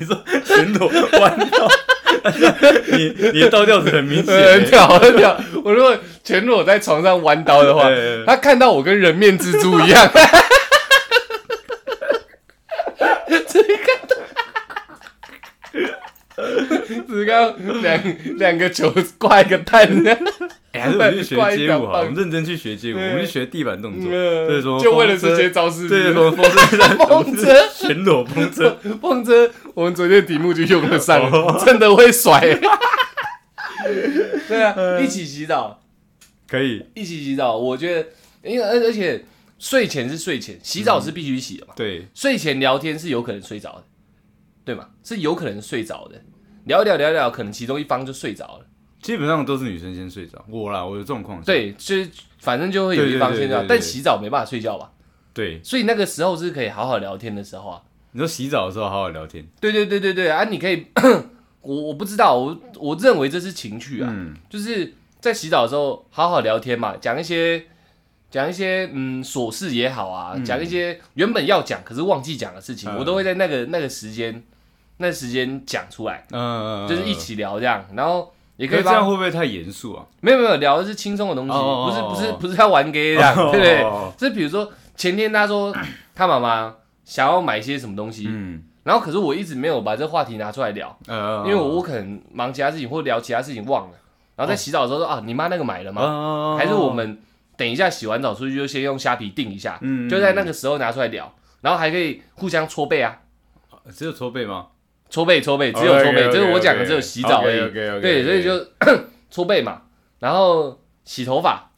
Speaker 2: 你说旋螺弯 道，你你的倒吊子很 明显
Speaker 1: 呃，
Speaker 2: 欸。
Speaker 1: 跳跳！我如果全裸在床上弯刀的话
Speaker 2: 对对对，
Speaker 1: 他看到我跟人面蜘蛛一样，只看到，只看到两两个球挂一个蛋，
Speaker 2: 哎还是我们去学街舞
Speaker 1: 怪
Speaker 2: 好，
Speaker 1: 棒
Speaker 2: 我们认真去学街舞，我
Speaker 1: 对
Speaker 2: 们去学地板动
Speaker 1: 嗯
Speaker 2: 作，对说
Speaker 1: 就为了这些招式
Speaker 2: 对什么风车、
Speaker 1: 风 车
Speaker 2: 旋螺风车，哦
Speaker 1: 碰车，我们昨天的题目就用得上了，真的会 甩。对啊，一起洗澡，
Speaker 2: 可以，
Speaker 1: 一起洗澡，我觉得，因为而而且睡前是睡前，洗澡是必须洗的嘛。
Speaker 2: 对，
Speaker 1: 睡前聊天是有可能睡着的，对吗？是有可能睡着的，聊一聊聊一聊，可能其中一方就睡着了。
Speaker 2: 基本上都是女生先睡着，我啦，我有这种况，
Speaker 1: 对，就是反正就会有一方先睡
Speaker 2: 对对对
Speaker 1: 着
Speaker 2: 对，对
Speaker 1: 但洗澡没办法睡觉吧？
Speaker 2: 对，
Speaker 1: 所以那个时候是可以好好聊天的时候啊。
Speaker 2: 你说洗澡的时候好好聊天，
Speaker 1: 对对对对对啊！你可以， 我我不知道，我我认为这是情趣啊，
Speaker 2: 嗯，
Speaker 1: 就是在洗澡的时候好好聊天嘛，讲一些。讲一些嗯琐事也好啊，讲一些原本要讲可是忘记讲的事情，
Speaker 2: 嗯
Speaker 1: 我都会在那个那个时间那时间讲出来。
Speaker 2: 呃，
Speaker 1: 就是一起聊这样，然后也
Speaker 2: 你
Speaker 1: 可以
Speaker 2: 这
Speaker 1: 帮
Speaker 2: 样会不会太严肃啊？
Speaker 1: 没有没有聊的是轻松的东西，
Speaker 2: 哦
Speaker 1: 不是
Speaker 2: 哦
Speaker 1: 不是
Speaker 2: 哦
Speaker 1: 不是要玩 gay 这 样，
Speaker 2: 哦
Speaker 1: 对不
Speaker 2: 哦
Speaker 1: 对？是比如说前天他说他妈妈想要买一些什么东西，
Speaker 2: 嗯，
Speaker 1: 然后可是我一直没有把这话题拿出来聊，
Speaker 2: 呃
Speaker 1: 因为我可能忙其他事情或聊其他事情忘了，然后在洗澡的时候说啊，你妈那个买了吗？
Speaker 2: 啊
Speaker 1: 还是我们等一下洗完澡出去就先用虾皮订一下，
Speaker 2: 嗯
Speaker 1: 就在那个时候拿出来聊，然后还可以互相搓背啊。
Speaker 2: 只有搓背吗？
Speaker 1: 搓背搓背，只
Speaker 2: 哦
Speaker 1: 有搓背，
Speaker 2: OK，OK，OK，
Speaker 1: 就是我讲的只有洗澡而已。
Speaker 2: OK，OK，OK，OK
Speaker 1: 对，所以就 搓背嘛，然后洗头发。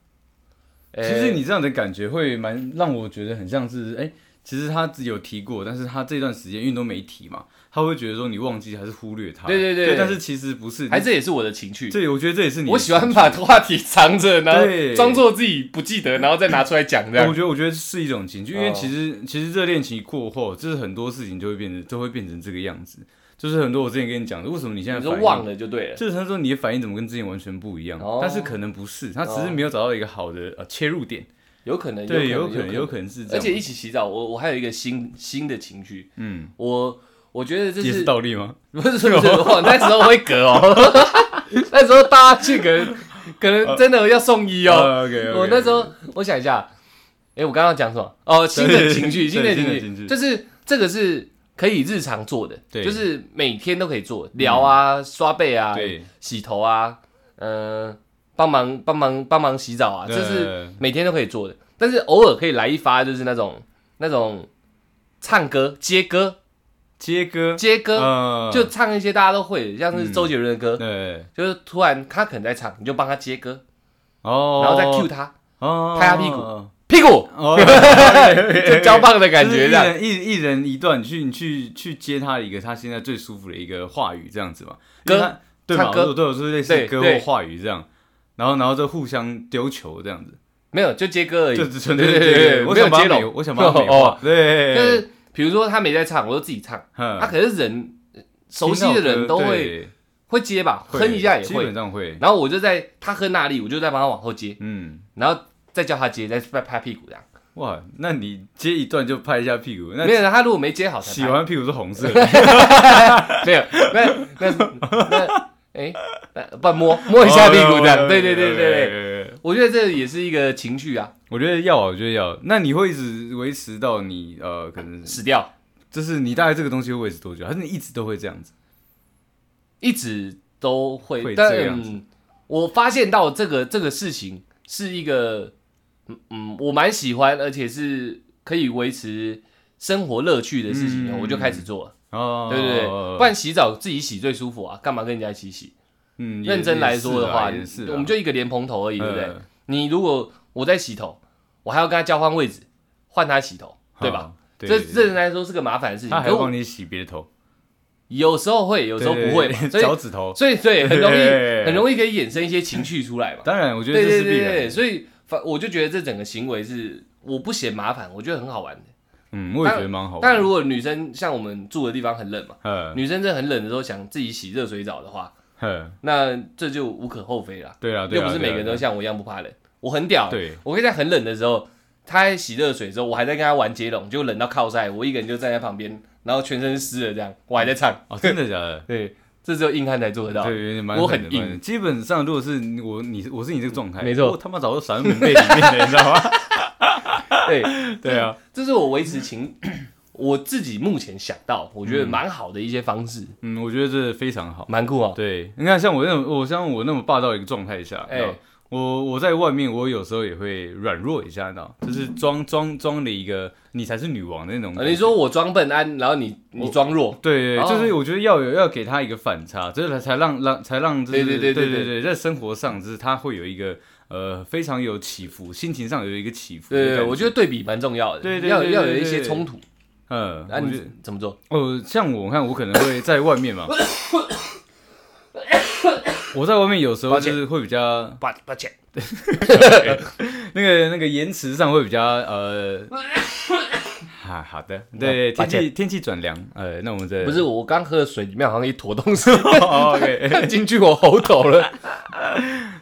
Speaker 2: 其
Speaker 1: 呃
Speaker 2: 实你哎这样的感觉会蛮让我觉得很像是，哎、其实他只有提过，但是他这段时间因为都没提嘛，他会觉得说你忘记还是忽略他。
Speaker 1: 对对对
Speaker 2: 对，但是其实不是，
Speaker 1: 还这也是我的情趣。
Speaker 2: 这我觉得这也是你的
Speaker 1: 我喜欢把话题藏着，然后
Speaker 2: 对哦
Speaker 1: 装作自己不记得，然后再拿出来讲这
Speaker 2: 我
Speaker 1: 样。
Speaker 2: 觉得，我觉得是一种情绪，因
Speaker 1: 哦
Speaker 2: 为其实、其实热恋期过后，就是很多事情就会变成都会变成这个样子，就是很多我之前跟你讲的，为什么你现在
Speaker 1: 你说
Speaker 2: 反应
Speaker 1: 忘了就对了。
Speaker 2: 就是他说你的反应怎么跟之前完全不一样，
Speaker 1: 哦
Speaker 2: 但是可能不是，他只是没有找到一个好的呃切入点，
Speaker 1: 有可能，
Speaker 2: 对，
Speaker 1: 有
Speaker 2: 可能有
Speaker 1: 有
Speaker 2: 可能是这
Speaker 1: 而
Speaker 2: 样，
Speaker 1: 且一起洗澡，我我还有一个新新的情趣，
Speaker 2: 嗯，
Speaker 1: 我我觉得这
Speaker 2: 也是
Speaker 1: 是
Speaker 2: 倒立吗？
Speaker 1: 不是不是，我那时候会隔 哦，那时候大家去可能可
Speaker 2: 呃
Speaker 1: 能真的要送医哦。
Speaker 2: o k
Speaker 1: 我那时候我想一下，哎、我刚刚讲什么？哦，新的情绪，
Speaker 2: 对
Speaker 1: 新的
Speaker 2: 新的
Speaker 1: 情
Speaker 2: 情
Speaker 1: 绪，
Speaker 2: 绪
Speaker 1: 就是这个是可以日常做的，
Speaker 2: 对嗯
Speaker 1: 就是每天都可以做，聊啊、刷背啊、
Speaker 2: 对
Speaker 1: 洗头啊，呃，帮忙帮忙帮忙洗澡啊，
Speaker 2: 对
Speaker 1: 这是每天都可以做的。但是偶尔可以来一发，就是那种那种唱歌、接歌、
Speaker 2: 接歌，
Speaker 1: 接歌，
Speaker 2: 呃
Speaker 1: 就唱一些大家都会的，像是周杰伦的歌，
Speaker 2: 嗯对，
Speaker 1: 就是突然他可能在唱，你就帮他接歌，
Speaker 2: 哦，
Speaker 1: 然后再 cue 他
Speaker 2: 哦
Speaker 1: 拍他屁股
Speaker 2: 哦
Speaker 1: 屁股， 就交棒的感
Speaker 2: 就是
Speaker 1: 觉
Speaker 2: 一
Speaker 1: 这样。
Speaker 2: 人一一人一段，你去你去去接他一个他现在最舒服的一个话语，这样子嘛，
Speaker 1: 歌
Speaker 2: 因为他对嘛，
Speaker 1: 唱歌
Speaker 2: 我都有说
Speaker 1: 对
Speaker 2: 类似歌
Speaker 1: 对
Speaker 2: 或话语这样，然后然后就互相丢球这样子，
Speaker 1: 没有，就接歌而已，
Speaker 2: 就只
Speaker 1: 对
Speaker 2: 纯
Speaker 1: 对
Speaker 2: 粹
Speaker 1: 对对对，
Speaker 2: 我
Speaker 1: 没有
Speaker 2: 想把
Speaker 1: 接
Speaker 2: 它美，
Speaker 1: 龙，
Speaker 2: 我想把它美
Speaker 1: 哦
Speaker 2: 化，对，
Speaker 1: 就是比如说他没在唱，我就自己唱，
Speaker 2: 嗯
Speaker 1: 他可是人呃熟悉的人都会
Speaker 2: 对
Speaker 1: 会接吧，哼一下也
Speaker 2: 基
Speaker 1: 会
Speaker 2: 本，上会，
Speaker 1: 然后我就在他哼那里，我就在帮他往后接，
Speaker 2: 嗯，
Speaker 1: 然后再叫他接，再拍拍屁股这样，
Speaker 2: 哇，那你接一段就拍一下屁股，那
Speaker 1: 没有，他如果没接好才
Speaker 2: 喜
Speaker 1: 拍
Speaker 2: 欢屁股是红色的，
Speaker 1: 没有，那那那哎，那不摸 摸一下屁股这
Speaker 2: 哦
Speaker 1: 样，对对对对对，
Speaker 2: 对。
Speaker 1: 我觉得这也是一个情绪啊，
Speaker 2: 我觉得要啊，我觉得要。那你会一直维持到你呃，可能
Speaker 1: 死掉
Speaker 2: 就是你大概这个东西会维持多久？还是你一直都会这样子？
Speaker 1: 一直都会，
Speaker 2: 会
Speaker 1: 但
Speaker 2: 这样
Speaker 1: 嗯我发现到这个这个事情是一个，嗯嗯，我蛮喜欢，而且是可以维持生活乐趣的事情，啊
Speaker 2: 嗯
Speaker 1: 我就开始做了，
Speaker 2: 哦，
Speaker 1: 对对对，不然洗澡自己洗最舒服啊，干嘛跟人家一起洗？
Speaker 2: 嗯，也
Speaker 1: 认真来说的话，
Speaker 2: 也是啊也是啊
Speaker 1: 我们就一个莲蓬头而已，对不对
Speaker 2: 呃？
Speaker 1: 你如果我在洗头，我还要跟他交换位置，换他洗头，对吧？？
Speaker 2: 好对
Speaker 1: 这
Speaker 2: 对
Speaker 1: 这人来说是个麻烦的事情，
Speaker 2: 他还
Speaker 1: 可
Speaker 2: 会
Speaker 1: 我
Speaker 2: 帮你洗别的头，
Speaker 1: 有时候会，有
Speaker 2: 有
Speaker 1: 时候不会嘛，所以
Speaker 2: 脚趾头。
Speaker 1: 所以对，很容易
Speaker 2: 对
Speaker 1: 很容易可以衍生一些情绪出来嘛。
Speaker 2: 当然，我觉得
Speaker 1: 对
Speaker 2: 这
Speaker 1: 对
Speaker 2: 是必
Speaker 1: 对
Speaker 2: 然
Speaker 1: 对，。所以反我就觉得这整个行为是我不嫌麻烦，我觉得很好玩的。
Speaker 2: 嗯，我也觉得蛮好玩。
Speaker 1: 当然，如果女生像我们住的地方很冷嘛，
Speaker 2: 呃，
Speaker 1: 女生真的很冷的时候想自己洗热水澡的话，
Speaker 2: 呃，
Speaker 1: 那这就无可厚非啦。
Speaker 2: 对啊，对
Speaker 1: 又
Speaker 2: 啊
Speaker 1: 不是每个人都
Speaker 2: 对啊
Speaker 1: 像我一样不怕冷，我很屌。
Speaker 2: 对，
Speaker 1: 我可以在很冷的时候，他在洗热水之后，我还在跟他玩接龙，就冷到靠晒，我一个人就站在旁边，然后全身湿了这样，我还在唱。
Speaker 2: 哦，真的假的？
Speaker 1: 对，这只有硬汉才做得到。
Speaker 2: 对，蛮
Speaker 1: 我
Speaker 2: 狠
Speaker 1: 很
Speaker 2: 的蛮
Speaker 1: 硬
Speaker 2: 狠的基本上，如果是你我你我是你这个状态，
Speaker 1: 没错
Speaker 2: 我他妈早就闪在门被里面了，你知道吗？
Speaker 1: 对，
Speaker 2: 对啊，
Speaker 1: 这是我维持情， 我自己目前想到，我觉得蛮好的一些方式，
Speaker 2: 嗯，我觉得这非常好。
Speaker 1: 蛮酷哦。
Speaker 2: 对，你看，像我那种，我像我那么霸道的一个状态下，
Speaker 1: 哎
Speaker 2: 哎、我我在外面，我有时候也会软弱一下，你知道，就是装装装的一个你才是女王的那种感
Speaker 1: 呃
Speaker 2: 觉。
Speaker 1: 你说我装笨安，然后你你装弱，
Speaker 2: 对
Speaker 1: 哦
Speaker 2: 对，就是我觉得要有要给他一个反差，这才才让让才让就是
Speaker 1: 对对对
Speaker 2: 对
Speaker 1: 对
Speaker 2: 对对，在生活上就是他会有一个呃非常有起伏，心情上有一个起伏的
Speaker 1: 对
Speaker 2: 感。
Speaker 1: 对，我觉得对比蛮重要的，
Speaker 2: 对对
Speaker 1: 要
Speaker 2: 对对
Speaker 1: 要有一
Speaker 2: 对
Speaker 1: 些
Speaker 2: 对
Speaker 1: 冲突。
Speaker 2: 嗯，
Speaker 1: 那
Speaker 2: 我觉得
Speaker 1: 啊你怎么做？
Speaker 2: 哦，像我看，我可能会在外 面嘛，我在外面有时候就是会比较
Speaker 1: 抱抱歉，
Speaker 2: 那个那个延迟上会比较 呃，哈、好的，对，
Speaker 1: 抱
Speaker 2: 天气
Speaker 1: 歉
Speaker 2: 天气转凉，呃，那我们这
Speaker 1: 不是我刚喝的水里面好像一坨东西
Speaker 2: 哦，OK，
Speaker 1: 进去我喉头了。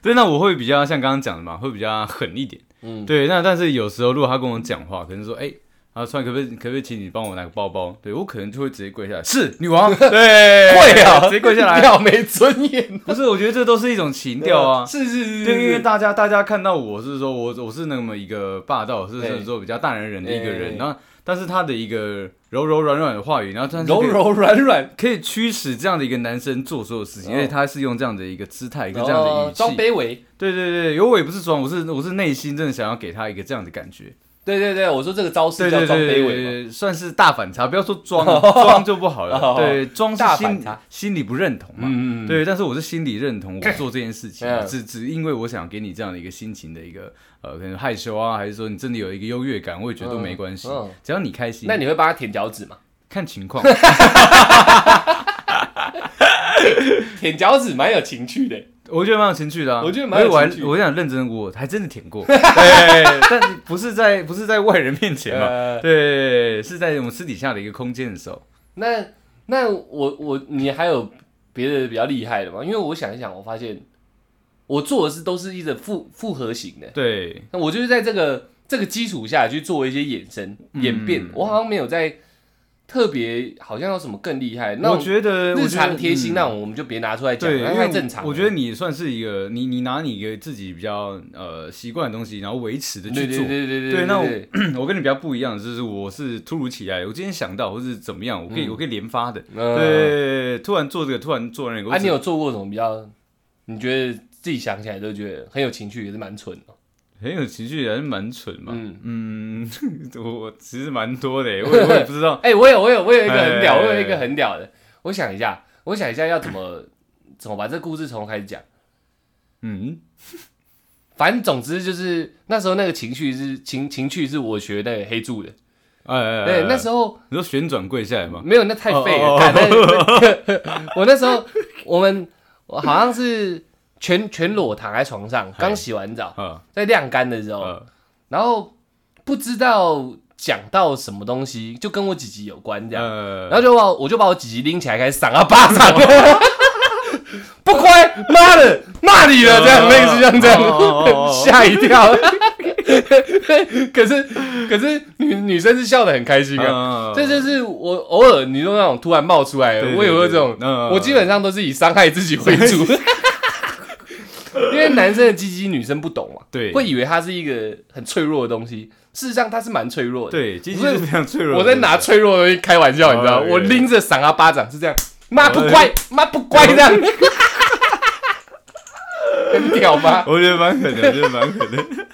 Speaker 2: 对，那我会比较像刚刚讲的嘛，会比较狠一点，
Speaker 1: 嗯
Speaker 2: 嗯，对，那但是有时候如果他跟我讲话，可能说，哎、啊，川，可不可以可不可以请你帮我拿个包包？对我可能就会直接跪下来，是女 王，对，
Speaker 1: 会啊，
Speaker 2: 直接 跪下来，
Speaker 1: 要没尊严，
Speaker 2: 不是，我觉得这都是一种情调啊，
Speaker 1: 是是是，
Speaker 2: 对，因为
Speaker 1: 是
Speaker 2: 大家大家看到我是说我我是那么一个霸道，是是说比较大男人的一个
Speaker 1: 哎
Speaker 2: 人，然后但是他的一个柔柔软软的话语，然后但是
Speaker 1: 柔
Speaker 2: 可以
Speaker 1: 柔软软，
Speaker 2: 可以驱使这样的一个男生做所有事情，
Speaker 1: 哦
Speaker 2: 而且他是用这样的一个姿态跟
Speaker 1: 然
Speaker 2: 这样的
Speaker 1: 后
Speaker 2: 语
Speaker 1: 哦装
Speaker 2: 气，
Speaker 1: 卑微。
Speaker 2: 对对对，有我也不是装，我是我是内心真的想要给他一个这样的感觉，
Speaker 1: 对对对，我说这个招式
Speaker 2: 对
Speaker 1: 叫
Speaker 2: 对
Speaker 1: 装
Speaker 2: 对
Speaker 1: 卑
Speaker 2: 对
Speaker 1: 微嘛。
Speaker 2: 对，算是大反差，不要说 装装就不好
Speaker 1: 哦
Speaker 2: 了，对，装是
Speaker 1: 大反
Speaker 2: 心
Speaker 1: 差
Speaker 2: 心里不认同嘛，
Speaker 1: 嗯嗯，嗯，
Speaker 2: 对，但是我是心里认同我 做这件事情啊
Speaker 1: 嗯，
Speaker 2: 只只因为我想给你这样的一个心情的一个呃，可能害羞啊，还是说你真的有一个优越感，我也觉得都没关系
Speaker 1: 嗯嗯，
Speaker 2: 只要你开心
Speaker 1: 那，你会帮他舔脚趾吗？
Speaker 2: 看情况。
Speaker 1: 舔脚趾蛮有情趣的，
Speaker 2: 我觉得蛮有情趣的啊，
Speaker 1: 我觉得蛮有
Speaker 2: 我还
Speaker 1: 情趣
Speaker 2: 我想认真，我还真的舔 过，对，但不是在不是在外人面 前嘛，
Speaker 1: 呃，
Speaker 2: 对，是在我们私底下的一个空间的时候。
Speaker 1: 那那我我你还有别的比较厉害的吗？因为我想一想，我发现我做的事都是一直复复合型的，
Speaker 2: 对，
Speaker 1: 那我就是在这个这个基础下去做一些衍生
Speaker 2: 嗯
Speaker 1: 演变，我好像没有在特别好像有什么更厉害，那
Speaker 2: 我
Speaker 1: 种
Speaker 2: 觉得
Speaker 1: 日常贴
Speaker 2: 那。嗯
Speaker 1: 心那种我们就别拿出来讲，
Speaker 2: 对，
Speaker 1: 那
Speaker 2: 因
Speaker 1: 太
Speaker 2: 为
Speaker 1: 正常了。啊
Speaker 2: 我觉得你算是一个，你你拿你一个自己比较呃习惯的东西，然后维持的
Speaker 1: 对
Speaker 2: 去
Speaker 1: 对
Speaker 2: 做。
Speaker 1: 对对对
Speaker 2: 对那我
Speaker 1: 对
Speaker 2: 嗯我跟你比较不一样，就是我是突如其来，我今天想到或是怎么样，我可以、我可以连发的。
Speaker 1: 嗯
Speaker 2: 对，突然做这个，突然做那个。我
Speaker 1: 啊，
Speaker 2: 只
Speaker 1: 你有做过什么比较？你觉得自己想起来都觉得很有情趣，也是蛮蠢的。
Speaker 2: 很有情绪，还是蛮蠢嘛。
Speaker 1: 嗯，
Speaker 2: 嗯， 我我其实蛮多的，我也我也不知道。
Speaker 1: 哎、我有，我有，我有一个很屌，
Speaker 2: 哎
Speaker 1: 我有一个很屌的。我想一下，我想一下要怎 么怎么把这故事从头开始讲。
Speaker 2: 嗯，
Speaker 1: 反正总之就是那时候那个情绪是情情绪是我学那个黑柱的，
Speaker 2: 哎哎哎，
Speaker 1: 对，那时候
Speaker 2: 你说旋转跪下来吗？
Speaker 1: 没有那太废了。
Speaker 2: 哦哦哦哦
Speaker 1: 干那那 我那时候我们我好像是全全裸躺在床上，刚洗完澡，
Speaker 2: 啊
Speaker 1: 在晾干的时候，
Speaker 2: 啊
Speaker 1: 然后不知道讲到什么东西，就跟我姐姐有关这样，
Speaker 2: 呃
Speaker 1: 然后就把我我就把我姐姐拎起来开始赏她巴掌，不乖，妈的，骂你了，这样类似像这样
Speaker 2: 哦哦哦，哦
Speaker 1: 吓一跳，可是可是女女生是笑得很开心啊。
Speaker 2: 嗯
Speaker 1: 这就是我偶尔你说那种突然冒出来的，
Speaker 2: 对对
Speaker 1: 我也会有这种
Speaker 2: 对嗯，
Speaker 1: 我基本上都是以伤害自己为 主，因为男生的鸡鸡女生不懂嘛，
Speaker 2: 对
Speaker 1: 会以为它是一个很脆弱的东西，事实上它是蛮脆弱的。
Speaker 2: 对，鸡鸡
Speaker 1: 不是
Speaker 2: 是非常脆弱的。
Speaker 1: 我在拿脆弱的东西开玩笑，你知道吗，
Speaker 2: 哦
Speaker 1: 我
Speaker 2: 对哦
Speaker 1: 拎着赏他巴掌是这样，妈不乖，妈不乖这样，很屌 吧？
Speaker 2: 我觉得蛮狠的，我觉得蛮狠的。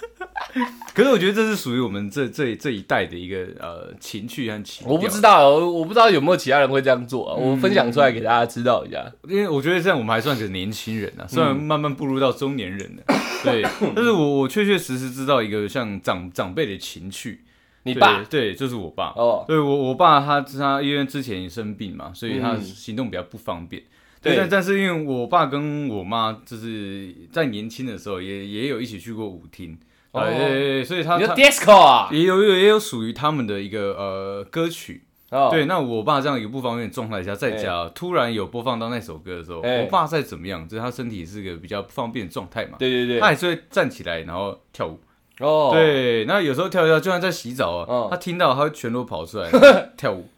Speaker 2: 可是我觉得这是属于我们这这这一代的一个呃情趣和情。
Speaker 1: 我不知，道，我不知道有没有其他人会这样做啊，
Speaker 2: 嗯
Speaker 1: 我分享出来给大家知道一下。
Speaker 2: 因为我觉得这样我们还算是年轻人啊，
Speaker 1: 嗯
Speaker 2: 虽然慢慢步入到中 年人了，对，但是我我确确实实知道一个像长长辈的情趣。
Speaker 1: 你
Speaker 2: 对
Speaker 1: 爸
Speaker 2: 对，就是我爸。
Speaker 1: 哦，
Speaker 2: 对我我爸他他因为之前也生病嘛，所以他
Speaker 1: 嗯
Speaker 2: 行动比较不方便。
Speaker 1: 对
Speaker 2: 对，但但是因为我爸跟我妈就是在年轻的时候也也有一起去过舞厅，
Speaker 1: 哦
Speaker 2: 哦、对对对，所以他
Speaker 1: 你说
Speaker 2: 他
Speaker 1: disco 啊？
Speaker 2: 也有有也有属于他们的一个呃歌曲。
Speaker 1: 哦，
Speaker 2: 对，那我爸这样一个不方便的状态下，在家、突然有播放到那首歌的时候，
Speaker 1: 哎
Speaker 2: 我爸再怎么样，就是他身体是个比较不方便的状态嘛，
Speaker 1: 对对
Speaker 2: 他
Speaker 1: 对，
Speaker 2: 还是会站起来然后跳舞。
Speaker 1: 哦，
Speaker 2: 对，那有时候跳一跳，就算在洗澡啊，
Speaker 1: 嗯
Speaker 2: 他听到他会全裸跑 出来然后跳舞。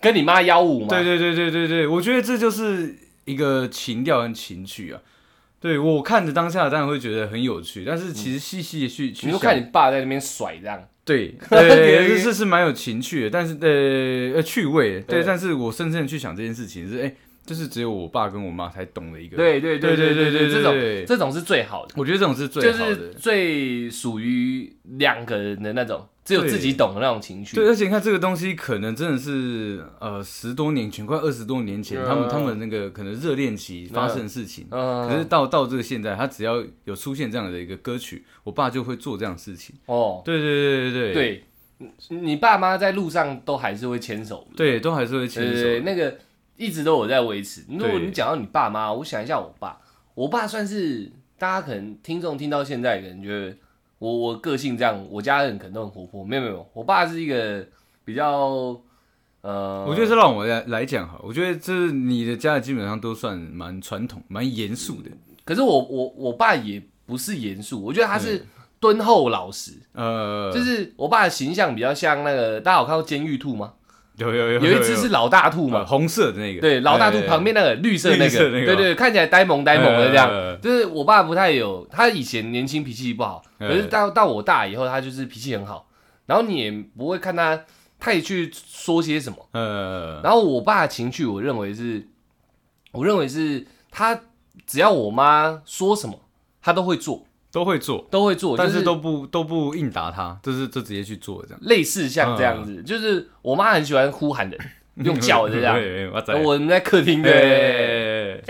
Speaker 1: 跟你妈幺五嘛，
Speaker 2: 对对对对对对，我觉得这就是一个情调跟情趣啊。对我看着当下当然会觉得很有趣，但是其实细细地去去
Speaker 1: 你就
Speaker 2: 想
Speaker 1: 看你爸在那边甩这样，
Speaker 2: 对，
Speaker 1: 对
Speaker 2: 呃，是是蛮有情趣的，但是呃呃趣味，对，
Speaker 1: 对
Speaker 2: 但是我深深的去想这件事情是，哎，就是只有我爸跟我妈才懂的一个，，
Speaker 1: 对对
Speaker 2: 对
Speaker 1: 对
Speaker 2: 对对
Speaker 1: 这
Speaker 2: 对
Speaker 1: 种
Speaker 2: 对
Speaker 1: 这种是最好的，
Speaker 2: 我觉得这种是最
Speaker 1: 就
Speaker 2: 好的
Speaker 1: 是，最属于两个人的那种，只有
Speaker 2: 对
Speaker 1: 自己懂的那种情绪。
Speaker 2: 对，而且你看这个东西，可能真的是呃十多年前，快二十多年前，
Speaker 1: 嗯
Speaker 2: 他们他们那个可能热恋期发生的事情，
Speaker 1: 嗯，
Speaker 2: 可是到到这个现在，他只要有出现这样的一个歌曲，我爸就会做这样的事情。
Speaker 1: 哦，
Speaker 2: 对对对对对
Speaker 1: 对，你你爸妈在路上都还是会牵手的，
Speaker 2: 对，都还是会
Speaker 1: 对
Speaker 2: 牵
Speaker 1: 对
Speaker 2: 手。
Speaker 1: 对，那个一直都有在维持。如果
Speaker 2: 对
Speaker 1: 你讲到你爸妈，我想一下我爸，我爸算是大家可能听众听到现在，可能觉得我我个性这样，我家人可能都很活泼，没有没有，我爸是一个比较呃，
Speaker 2: 我觉得这让我来来讲哈，我觉得这你的家基本上都算蛮传统、蛮严肃的。
Speaker 1: 可是我我我爸也不是严肃，我觉得他是敦厚老实，
Speaker 2: 呃，
Speaker 1: 就是我爸的形象比较像那个大家有看过《监狱兔》吗？
Speaker 2: 有有有
Speaker 1: 有一只是老大兔
Speaker 2: 呃
Speaker 1: 嘛，
Speaker 2: 红色的那个，
Speaker 1: 对，老大兔旁边
Speaker 2: 边
Speaker 1: 那个绿色那
Speaker 2: 哎绿
Speaker 1: 个，
Speaker 2: 色那个哎
Speaker 1: 对对，看起来呆萌呆萌的这样。
Speaker 2: 样。
Speaker 1: 就是我爸不太有，他以前年轻脾气不好，
Speaker 2: 哎
Speaker 1: 可是到到我大以后，他就是脾气很好，然后你也不会看他太去说些什么。
Speaker 2: 呃，
Speaker 1: 然后我爸的情绪，我认为是，我认为是他只要我妈说什么，他都会做，
Speaker 2: 都会做，
Speaker 1: 都会做，
Speaker 2: 但
Speaker 1: 就是
Speaker 2: 都不都不应答他，就是就直接去做这样。
Speaker 1: 类似像这样子，就是我妈很喜欢呼喊人，用叫的这样。
Speaker 2: 对，我在
Speaker 1: 然后我们在客厅对，
Speaker 2: 对，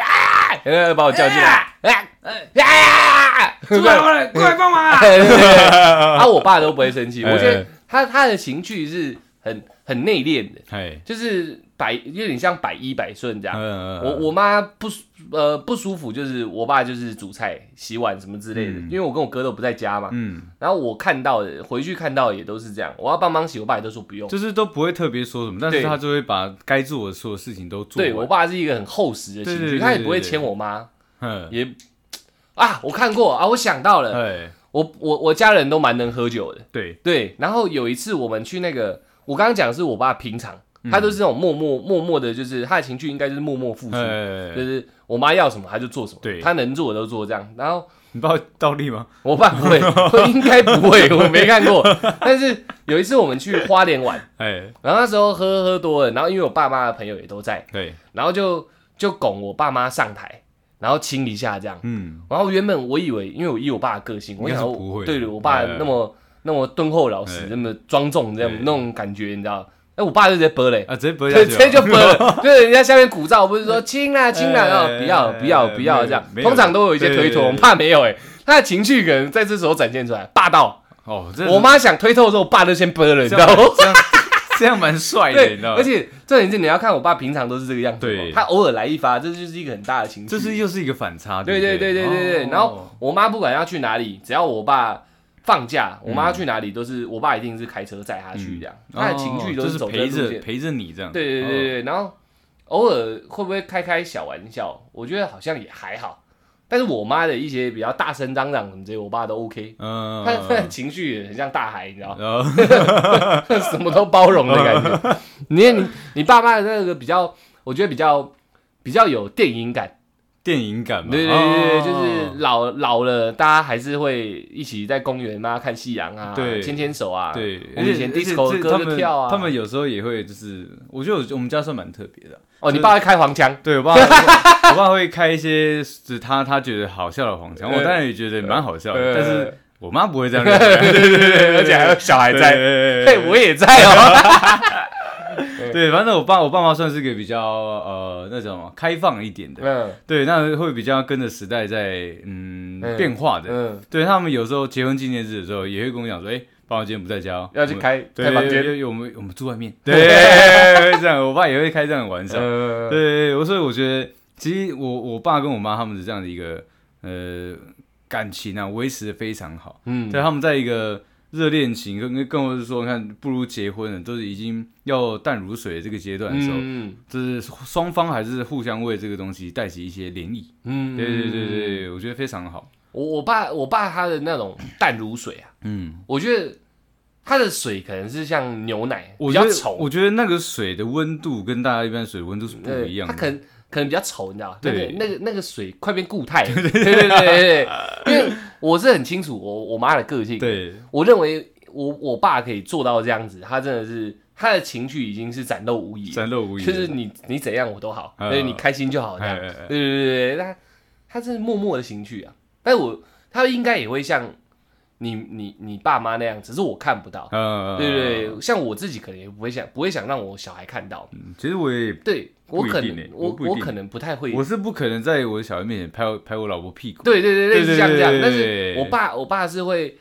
Speaker 1: 呃，把我叫进来，哎哎，
Speaker 2: 出来过来过来帮忙 啊！
Speaker 1: 啊，我爸都不会生气。
Speaker 2: 哎
Speaker 1: 我觉得他他的情绪是很很内敛的，
Speaker 2: 哎，
Speaker 1: 就是百有点像百依百顺这样。
Speaker 2: 呃，
Speaker 1: 我我妈不舒呃不舒服，就是我爸就是煮菜、洗碗什么之类的，
Speaker 2: 嗯
Speaker 1: 因为我跟我哥都不在家嘛。
Speaker 2: 嗯，
Speaker 1: 然后我看到的回去看到的也都是这样，我要帮忙洗，我爸也都说不用。
Speaker 2: 就是都不会特别说什么，但
Speaker 1: 对
Speaker 2: 是他就会把该做的所有事情都做
Speaker 1: 对我
Speaker 2: 完。
Speaker 1: 爸是一个很厚实的情
Speaker 2: 对对
Speaker 1: 绪，
Speaker 2: 对
Speaker 1: 他也不会
Speaker 2: 对对
Speaker 1: 牵我妈，
Speaker 2: 嗯，
Speaker 1: 也啊，我看过啊，我想到了，
Speaker 2: 哎，
Speaker 1: 我我我家人都蛮能喝酒的，
Speaker 2: 对，
Speaker 1: 对，然后有一次我们去那个，我刚刚讲的是我爸平常，
Speaker 2: 嗯
Speaker 1: 他都是那种默默默默的，就是他的情绪应该就是默默付出，就
Speaker 2: 哎，
Speaker 1: 是我妈要什么他就做什么，
Speaker 2: 对
Speaker 1: 他能做的都做这样。然后
Speaker 2: 你帮我倒立吗？
Speaker 1: 我爸不会， 我应该不 会，我没看过。但是有一次我们去花莲玩，
Speaker 2: 哎，
Speaker 1: 然后那时候喝喝多了，然后因为我爸妈的朋友也都在，
Speaker 2: 对，
Speaker 1: 然后就就拱我爸妈上台，然后亲一下这样。
Speaker 2: 嗯，
Speaker 1: 然后原本我以为，因为我以我爸的个性，我
Speaker 2: 应该
Speaker 1: 想
Speaker 2: 是
Speaker 1: 说
Speaker 2: 不会
Speaker 1: 对
Speaker 2: 的
Speaker 1: 了，我爸
Speaker 2: 哎
Speaker 1: 那么、那么敦厚老实，
Speaker 2: 哎
Speaker 1: 那么庄重，这样
Speaker 2: 对
Speaker 1: 那种感觉，你知道？哎，我爸就直接啵嘞，
Speaker 2: 啊，直接不会
Speaker 1: 对，直接就啵了，就是人家下面鼓噪，不是说亲啦亲啦，
Speaker 2: 哎
Speaker 1: 然后不要不要
Speaker 2: 哎哎
Speaker 1: 不要
Speaker 2: 没有
Speaker 1: 这样，
Speaker 2: 没有
Speaker 1: 通常都有一些推脱，我
Speaker 2: 对
Speaker 1: 爸没有哎，他的情绪可能在这时候展现出来，霸道。
Speaker 2: 哦，这
Speaker 1: 我妈想推透的时候，我爸就先啵了，你知
Speaker 2: 这
Speaker 1: 道
Speaker 2: 样
Speaker 1: 吗？
Speaker 2: 这样这样蛮帅的，哎你
Speaker 1: 对
Speaker 2: 知道，吗？
Speaker 1: 而且重点是你要看我爸平常都是这个样子嘛
Speaker 2: 对，
Speaker 1: 他偶尔来一发，这就是一个很大的情绪，
Speaker 2: 这是又是一个反差，
Speaker 1: 对对
Speaker 2: 对
Speaker 1: 对对对对。
Speaker 2: 哦
Speaker 1: 然后我妈不管要去哪里，只要我爸放假，我妈去哪里都是我爸一定是开车载她去这样，她的情绪
Speaker 2: 哦
Speaker 1: 都
Speaker 2: 就是
Speaker 1: 走这
Speaker 2: 陪
Speaker 1: 路
Speaker 2: 着哦
Speaker 1: 线。
Speaker 2: 陪着你这样，
Speaker 1: 对对对对，然后偶尔会不会开开小玩笑，我觉得好像也还好。但是我妈的一些比较大声嚷嚷什么这些，我爸都 OK。
Speaker 2: 嗯，
Speaker 1: 他他的情绪也很像大海，你知道吗，
Speaker 2: 然后
Speaker 1: 什么都包容的感 觉。你你你爸妈的那个比较，我觉得比较比较有电影感。
Speaker 2: 电影感嘛，
Speaker 1: 对对对对，
Speaker 2: 哦
Speaker 1: 就是老老了，大家还是会一起在公园嘛看夕阳啊，
Speaker 2: 对
Speaker 1: 牵牵手啊。
Speaker 2: 对，
Speaker 1: 我们以前
Speaker 2: 而且
Speaker 1: disco
Speaker 2: 这
Speaker 1: 歌
Speaker 2: 他
Speaker 1: 就
Speaker 2: 们
Speaker 1: 跳啊
Speaker 2: 他们有时候也会就是，我觉得我我们家算蛮特别的。啊
Speaker 1: 哦，你爸会开黄腔，
Speaker 2: 对我爸，我爸会开一些就是他他觉得好笑的黄腔，
Speaker 1: 呃
Speaker 2: 我当然也觉得蛮好笑
Speaker 1: 呃
Speaker 2: 的，但是我妈不会这样认为。
Speaker 1: 而且还有小孩在，
Speaker 2: 对
Speaker 1: 对，我也在哦。
Speaker 2: 对，反正我爸我爸妈算是个比较呃那种开放一点的，
Speaker 1: 嗯
Speaker 2: 对，那会比较跟着时代在嗯
Speaker 1: 嗯
Speaker 2: 变化的。
Speaker 1: 嗯，
Speaker 2: 对他们有时候结婚纪念日的时候也会跟我讲说，哎，爸爸今天不在家哦，
Speaker 1: 要去
Speaker 2: 我们
Speaker 1: 开
Speaker 2: 对
Speaker 1: 开房间。
Speaker 2: 因为我们我们住外面，对，会这样，我爸也会开这样的玩笑。
Speaker 1: 呃，
Speaker 2: 对，我所以我觉得，其实我我爸跟我妈他们的这样的一个呃感情啊，维持的非常好。
Speaker 1: 嗯，
Speaker 2: 对，他们在一个热恋情跟跟跟我是说，你看不如结婚了，都是已经要淡如水的这个阶段的时候，
Speaker 1: 嗯
Speaker 2: 就是双方还是互相为这个东西带起一些涟漪。
Speaker 1: 嗯，
Speaker 2: 对对对对，我觉得非常好。
Speaker 1: 我我爸我爸他的那种淡如水啊，
Speaker 2: 嗯，
Speaker 1: 我觉得他的水可能是像牛奶，
Speaker 2: 我
Speaker 1: 比
Speaker 2: 觉
Speaker 1: 较
Speaker 2: 得
Speaker 1: 稠，啊
Speaker 2: 我觉得那个水的温度跟大家一般水的温度是不
Speaker 1: 对
Speaker 2: 一样
Speaker 1: 他
Speaker 2: 的。
Speaker 1: 可能可能比较稠，你知道吗？那个
Speaker 2: 对
Speaker 1: 那个那个水快变固态了，对对对对对，因为我是很清楚我我妈的个性，
Speaker 2: 对
Speaker 1: 我认为我我爸可以做到这样子，他真的是他的情绪已经是展露无遗了，
Speaker 2: 展露无遗的，
Speaker 1: 就是你你怎样我都好，
Speaker 2: 呃
Speaker 1: 所以你开心就好这样。
Speaker 2: 哎
Speaker 1: 对
Speaker 2: 哎
Speaker 1: 对
Speaker 2: 哎
Speaker 1: 对对，他他是默默的情绪啊，但我他应该也会像你你你爸妈那样，只是我看不到。
Speaker 2: 呃，
Speaker 1: 对对对，像我自己可能也不会想不会想让我小孩看到。
Speaker 2: 嗯其实我也
Speaker 1: 对我
Speaker 2: 不一
Speaker 1: 可
Speaker 2: 定
Speaker 1: 能
Speaker 2: 欸
Speaker 1: 我
Speaker 2: 我不一定
Speaker 1: 可能不太会。
Speaker 2: 我是不可能在我的小孩面前拍我拍我老婆屁股。
Speaker 1: 对对对，类似
Speaker 2: 对对
Speaker 1: 像这样，
Speaker 2: 对对
Speaker 1: 但
Speaker 2: 对
Speaker 1: 是
Speaker 2: 对
Speaker 1: 我爸我爸是会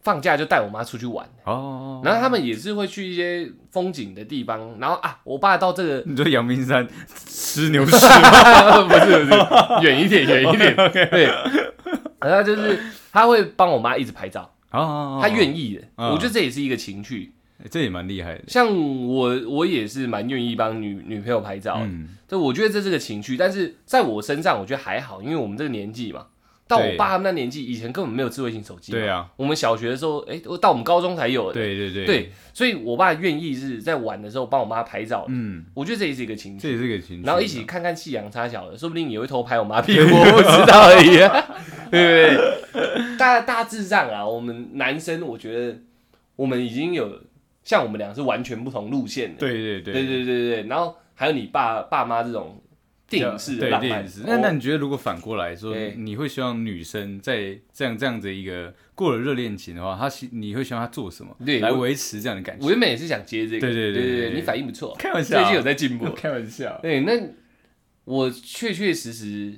Speaker 1: 放假就带我妈出去玩。
Speaker 2: 哦，
Speaker 1: 然后他们也是会去一些风景的地方，然后啊，我爸到这 个
Speaker 2: 你说阳明山吃牛屎
Speaker 1: 不是不 是远一点远一点，
Speaker 2: 哦
Speaker 1: 对，然后就是他会帮我妈一直拍照，
Speaker 2: 啊？
Speaker 1: 他愿意的，
Speaker 2: 嗯
Speaker 1: 我觉得这也是一个情趣。
Speaker 2: 哎这也蛮厉害的。
Speaker 1: 像我我也是蛮愿意帮女女朋友拍照的，
Speaker 2: 嗯，
Speaker 1: 这我觉得这是个情趣，但是在我身上我觉得还好，因为我们这个年纪嘛，到我
Speaker 2: 对
Speaker 1: 爸他们那年纪以前根本没有智慧型手机，
Speaker 2: 对，啊，
Speaker 1: 我们小学的时候，哎，到我们高中才有的，
Speaker 2: 对对对，
Speaker 1: 对，所以我爸愿意是在玩的时候帮我妈拍照的，
Speaker 2: 嗯，
Speaker 1: 我觉得这也是一个情
Speaker 2: 这
Speaker 1: 趣。
Speaker 2: 也是个情趣。啊
Speaker 1: 然后一起看看夕阳差小的，说不定也会偷拍我妈屁股，我不知道而已、 啊，对不对？大大致上啊，我们男生我觉得我们已经有像我们俩是完全不同路线的，
Speaker 2: 对对
Speaker 1: 对
Speaker 2: 对
Speaker 1: 对对对对然后还有你爸爸妈这种电影式的
Speaker 2: 对
Speaker 1: 浪
Speaker 2: 电
Speaker 1: 漫
Speaker 2: 影式。，那
Speaker 1: 我
Speaker 2: 那你觉得如果反过来说，
Speaker 1: 对
Speaker 2: 你会希望女生在这样这样的一个过了热恋期的话，她希你会希望她做什么
Speaker 1: 对
Speaker 2: 来
Speaker 1: 我
Speaker 2: 维持这样的感
Speaker 1: 我
Speaker 2: 情？
Speaker 1: 原本也是想接这个，
Speaker 2: 对对
Speaker 1: 对
Speaker 2: 对对
Speaker 1: 对，
Speaker 2: 对
Speaker 1: 你反应不错，
Speaker 2: 开玩笑，。
Speaker 1: 最近有在进步
Speaker 2: 啊 开玩笑
Speaker 1: 对，那我确确实实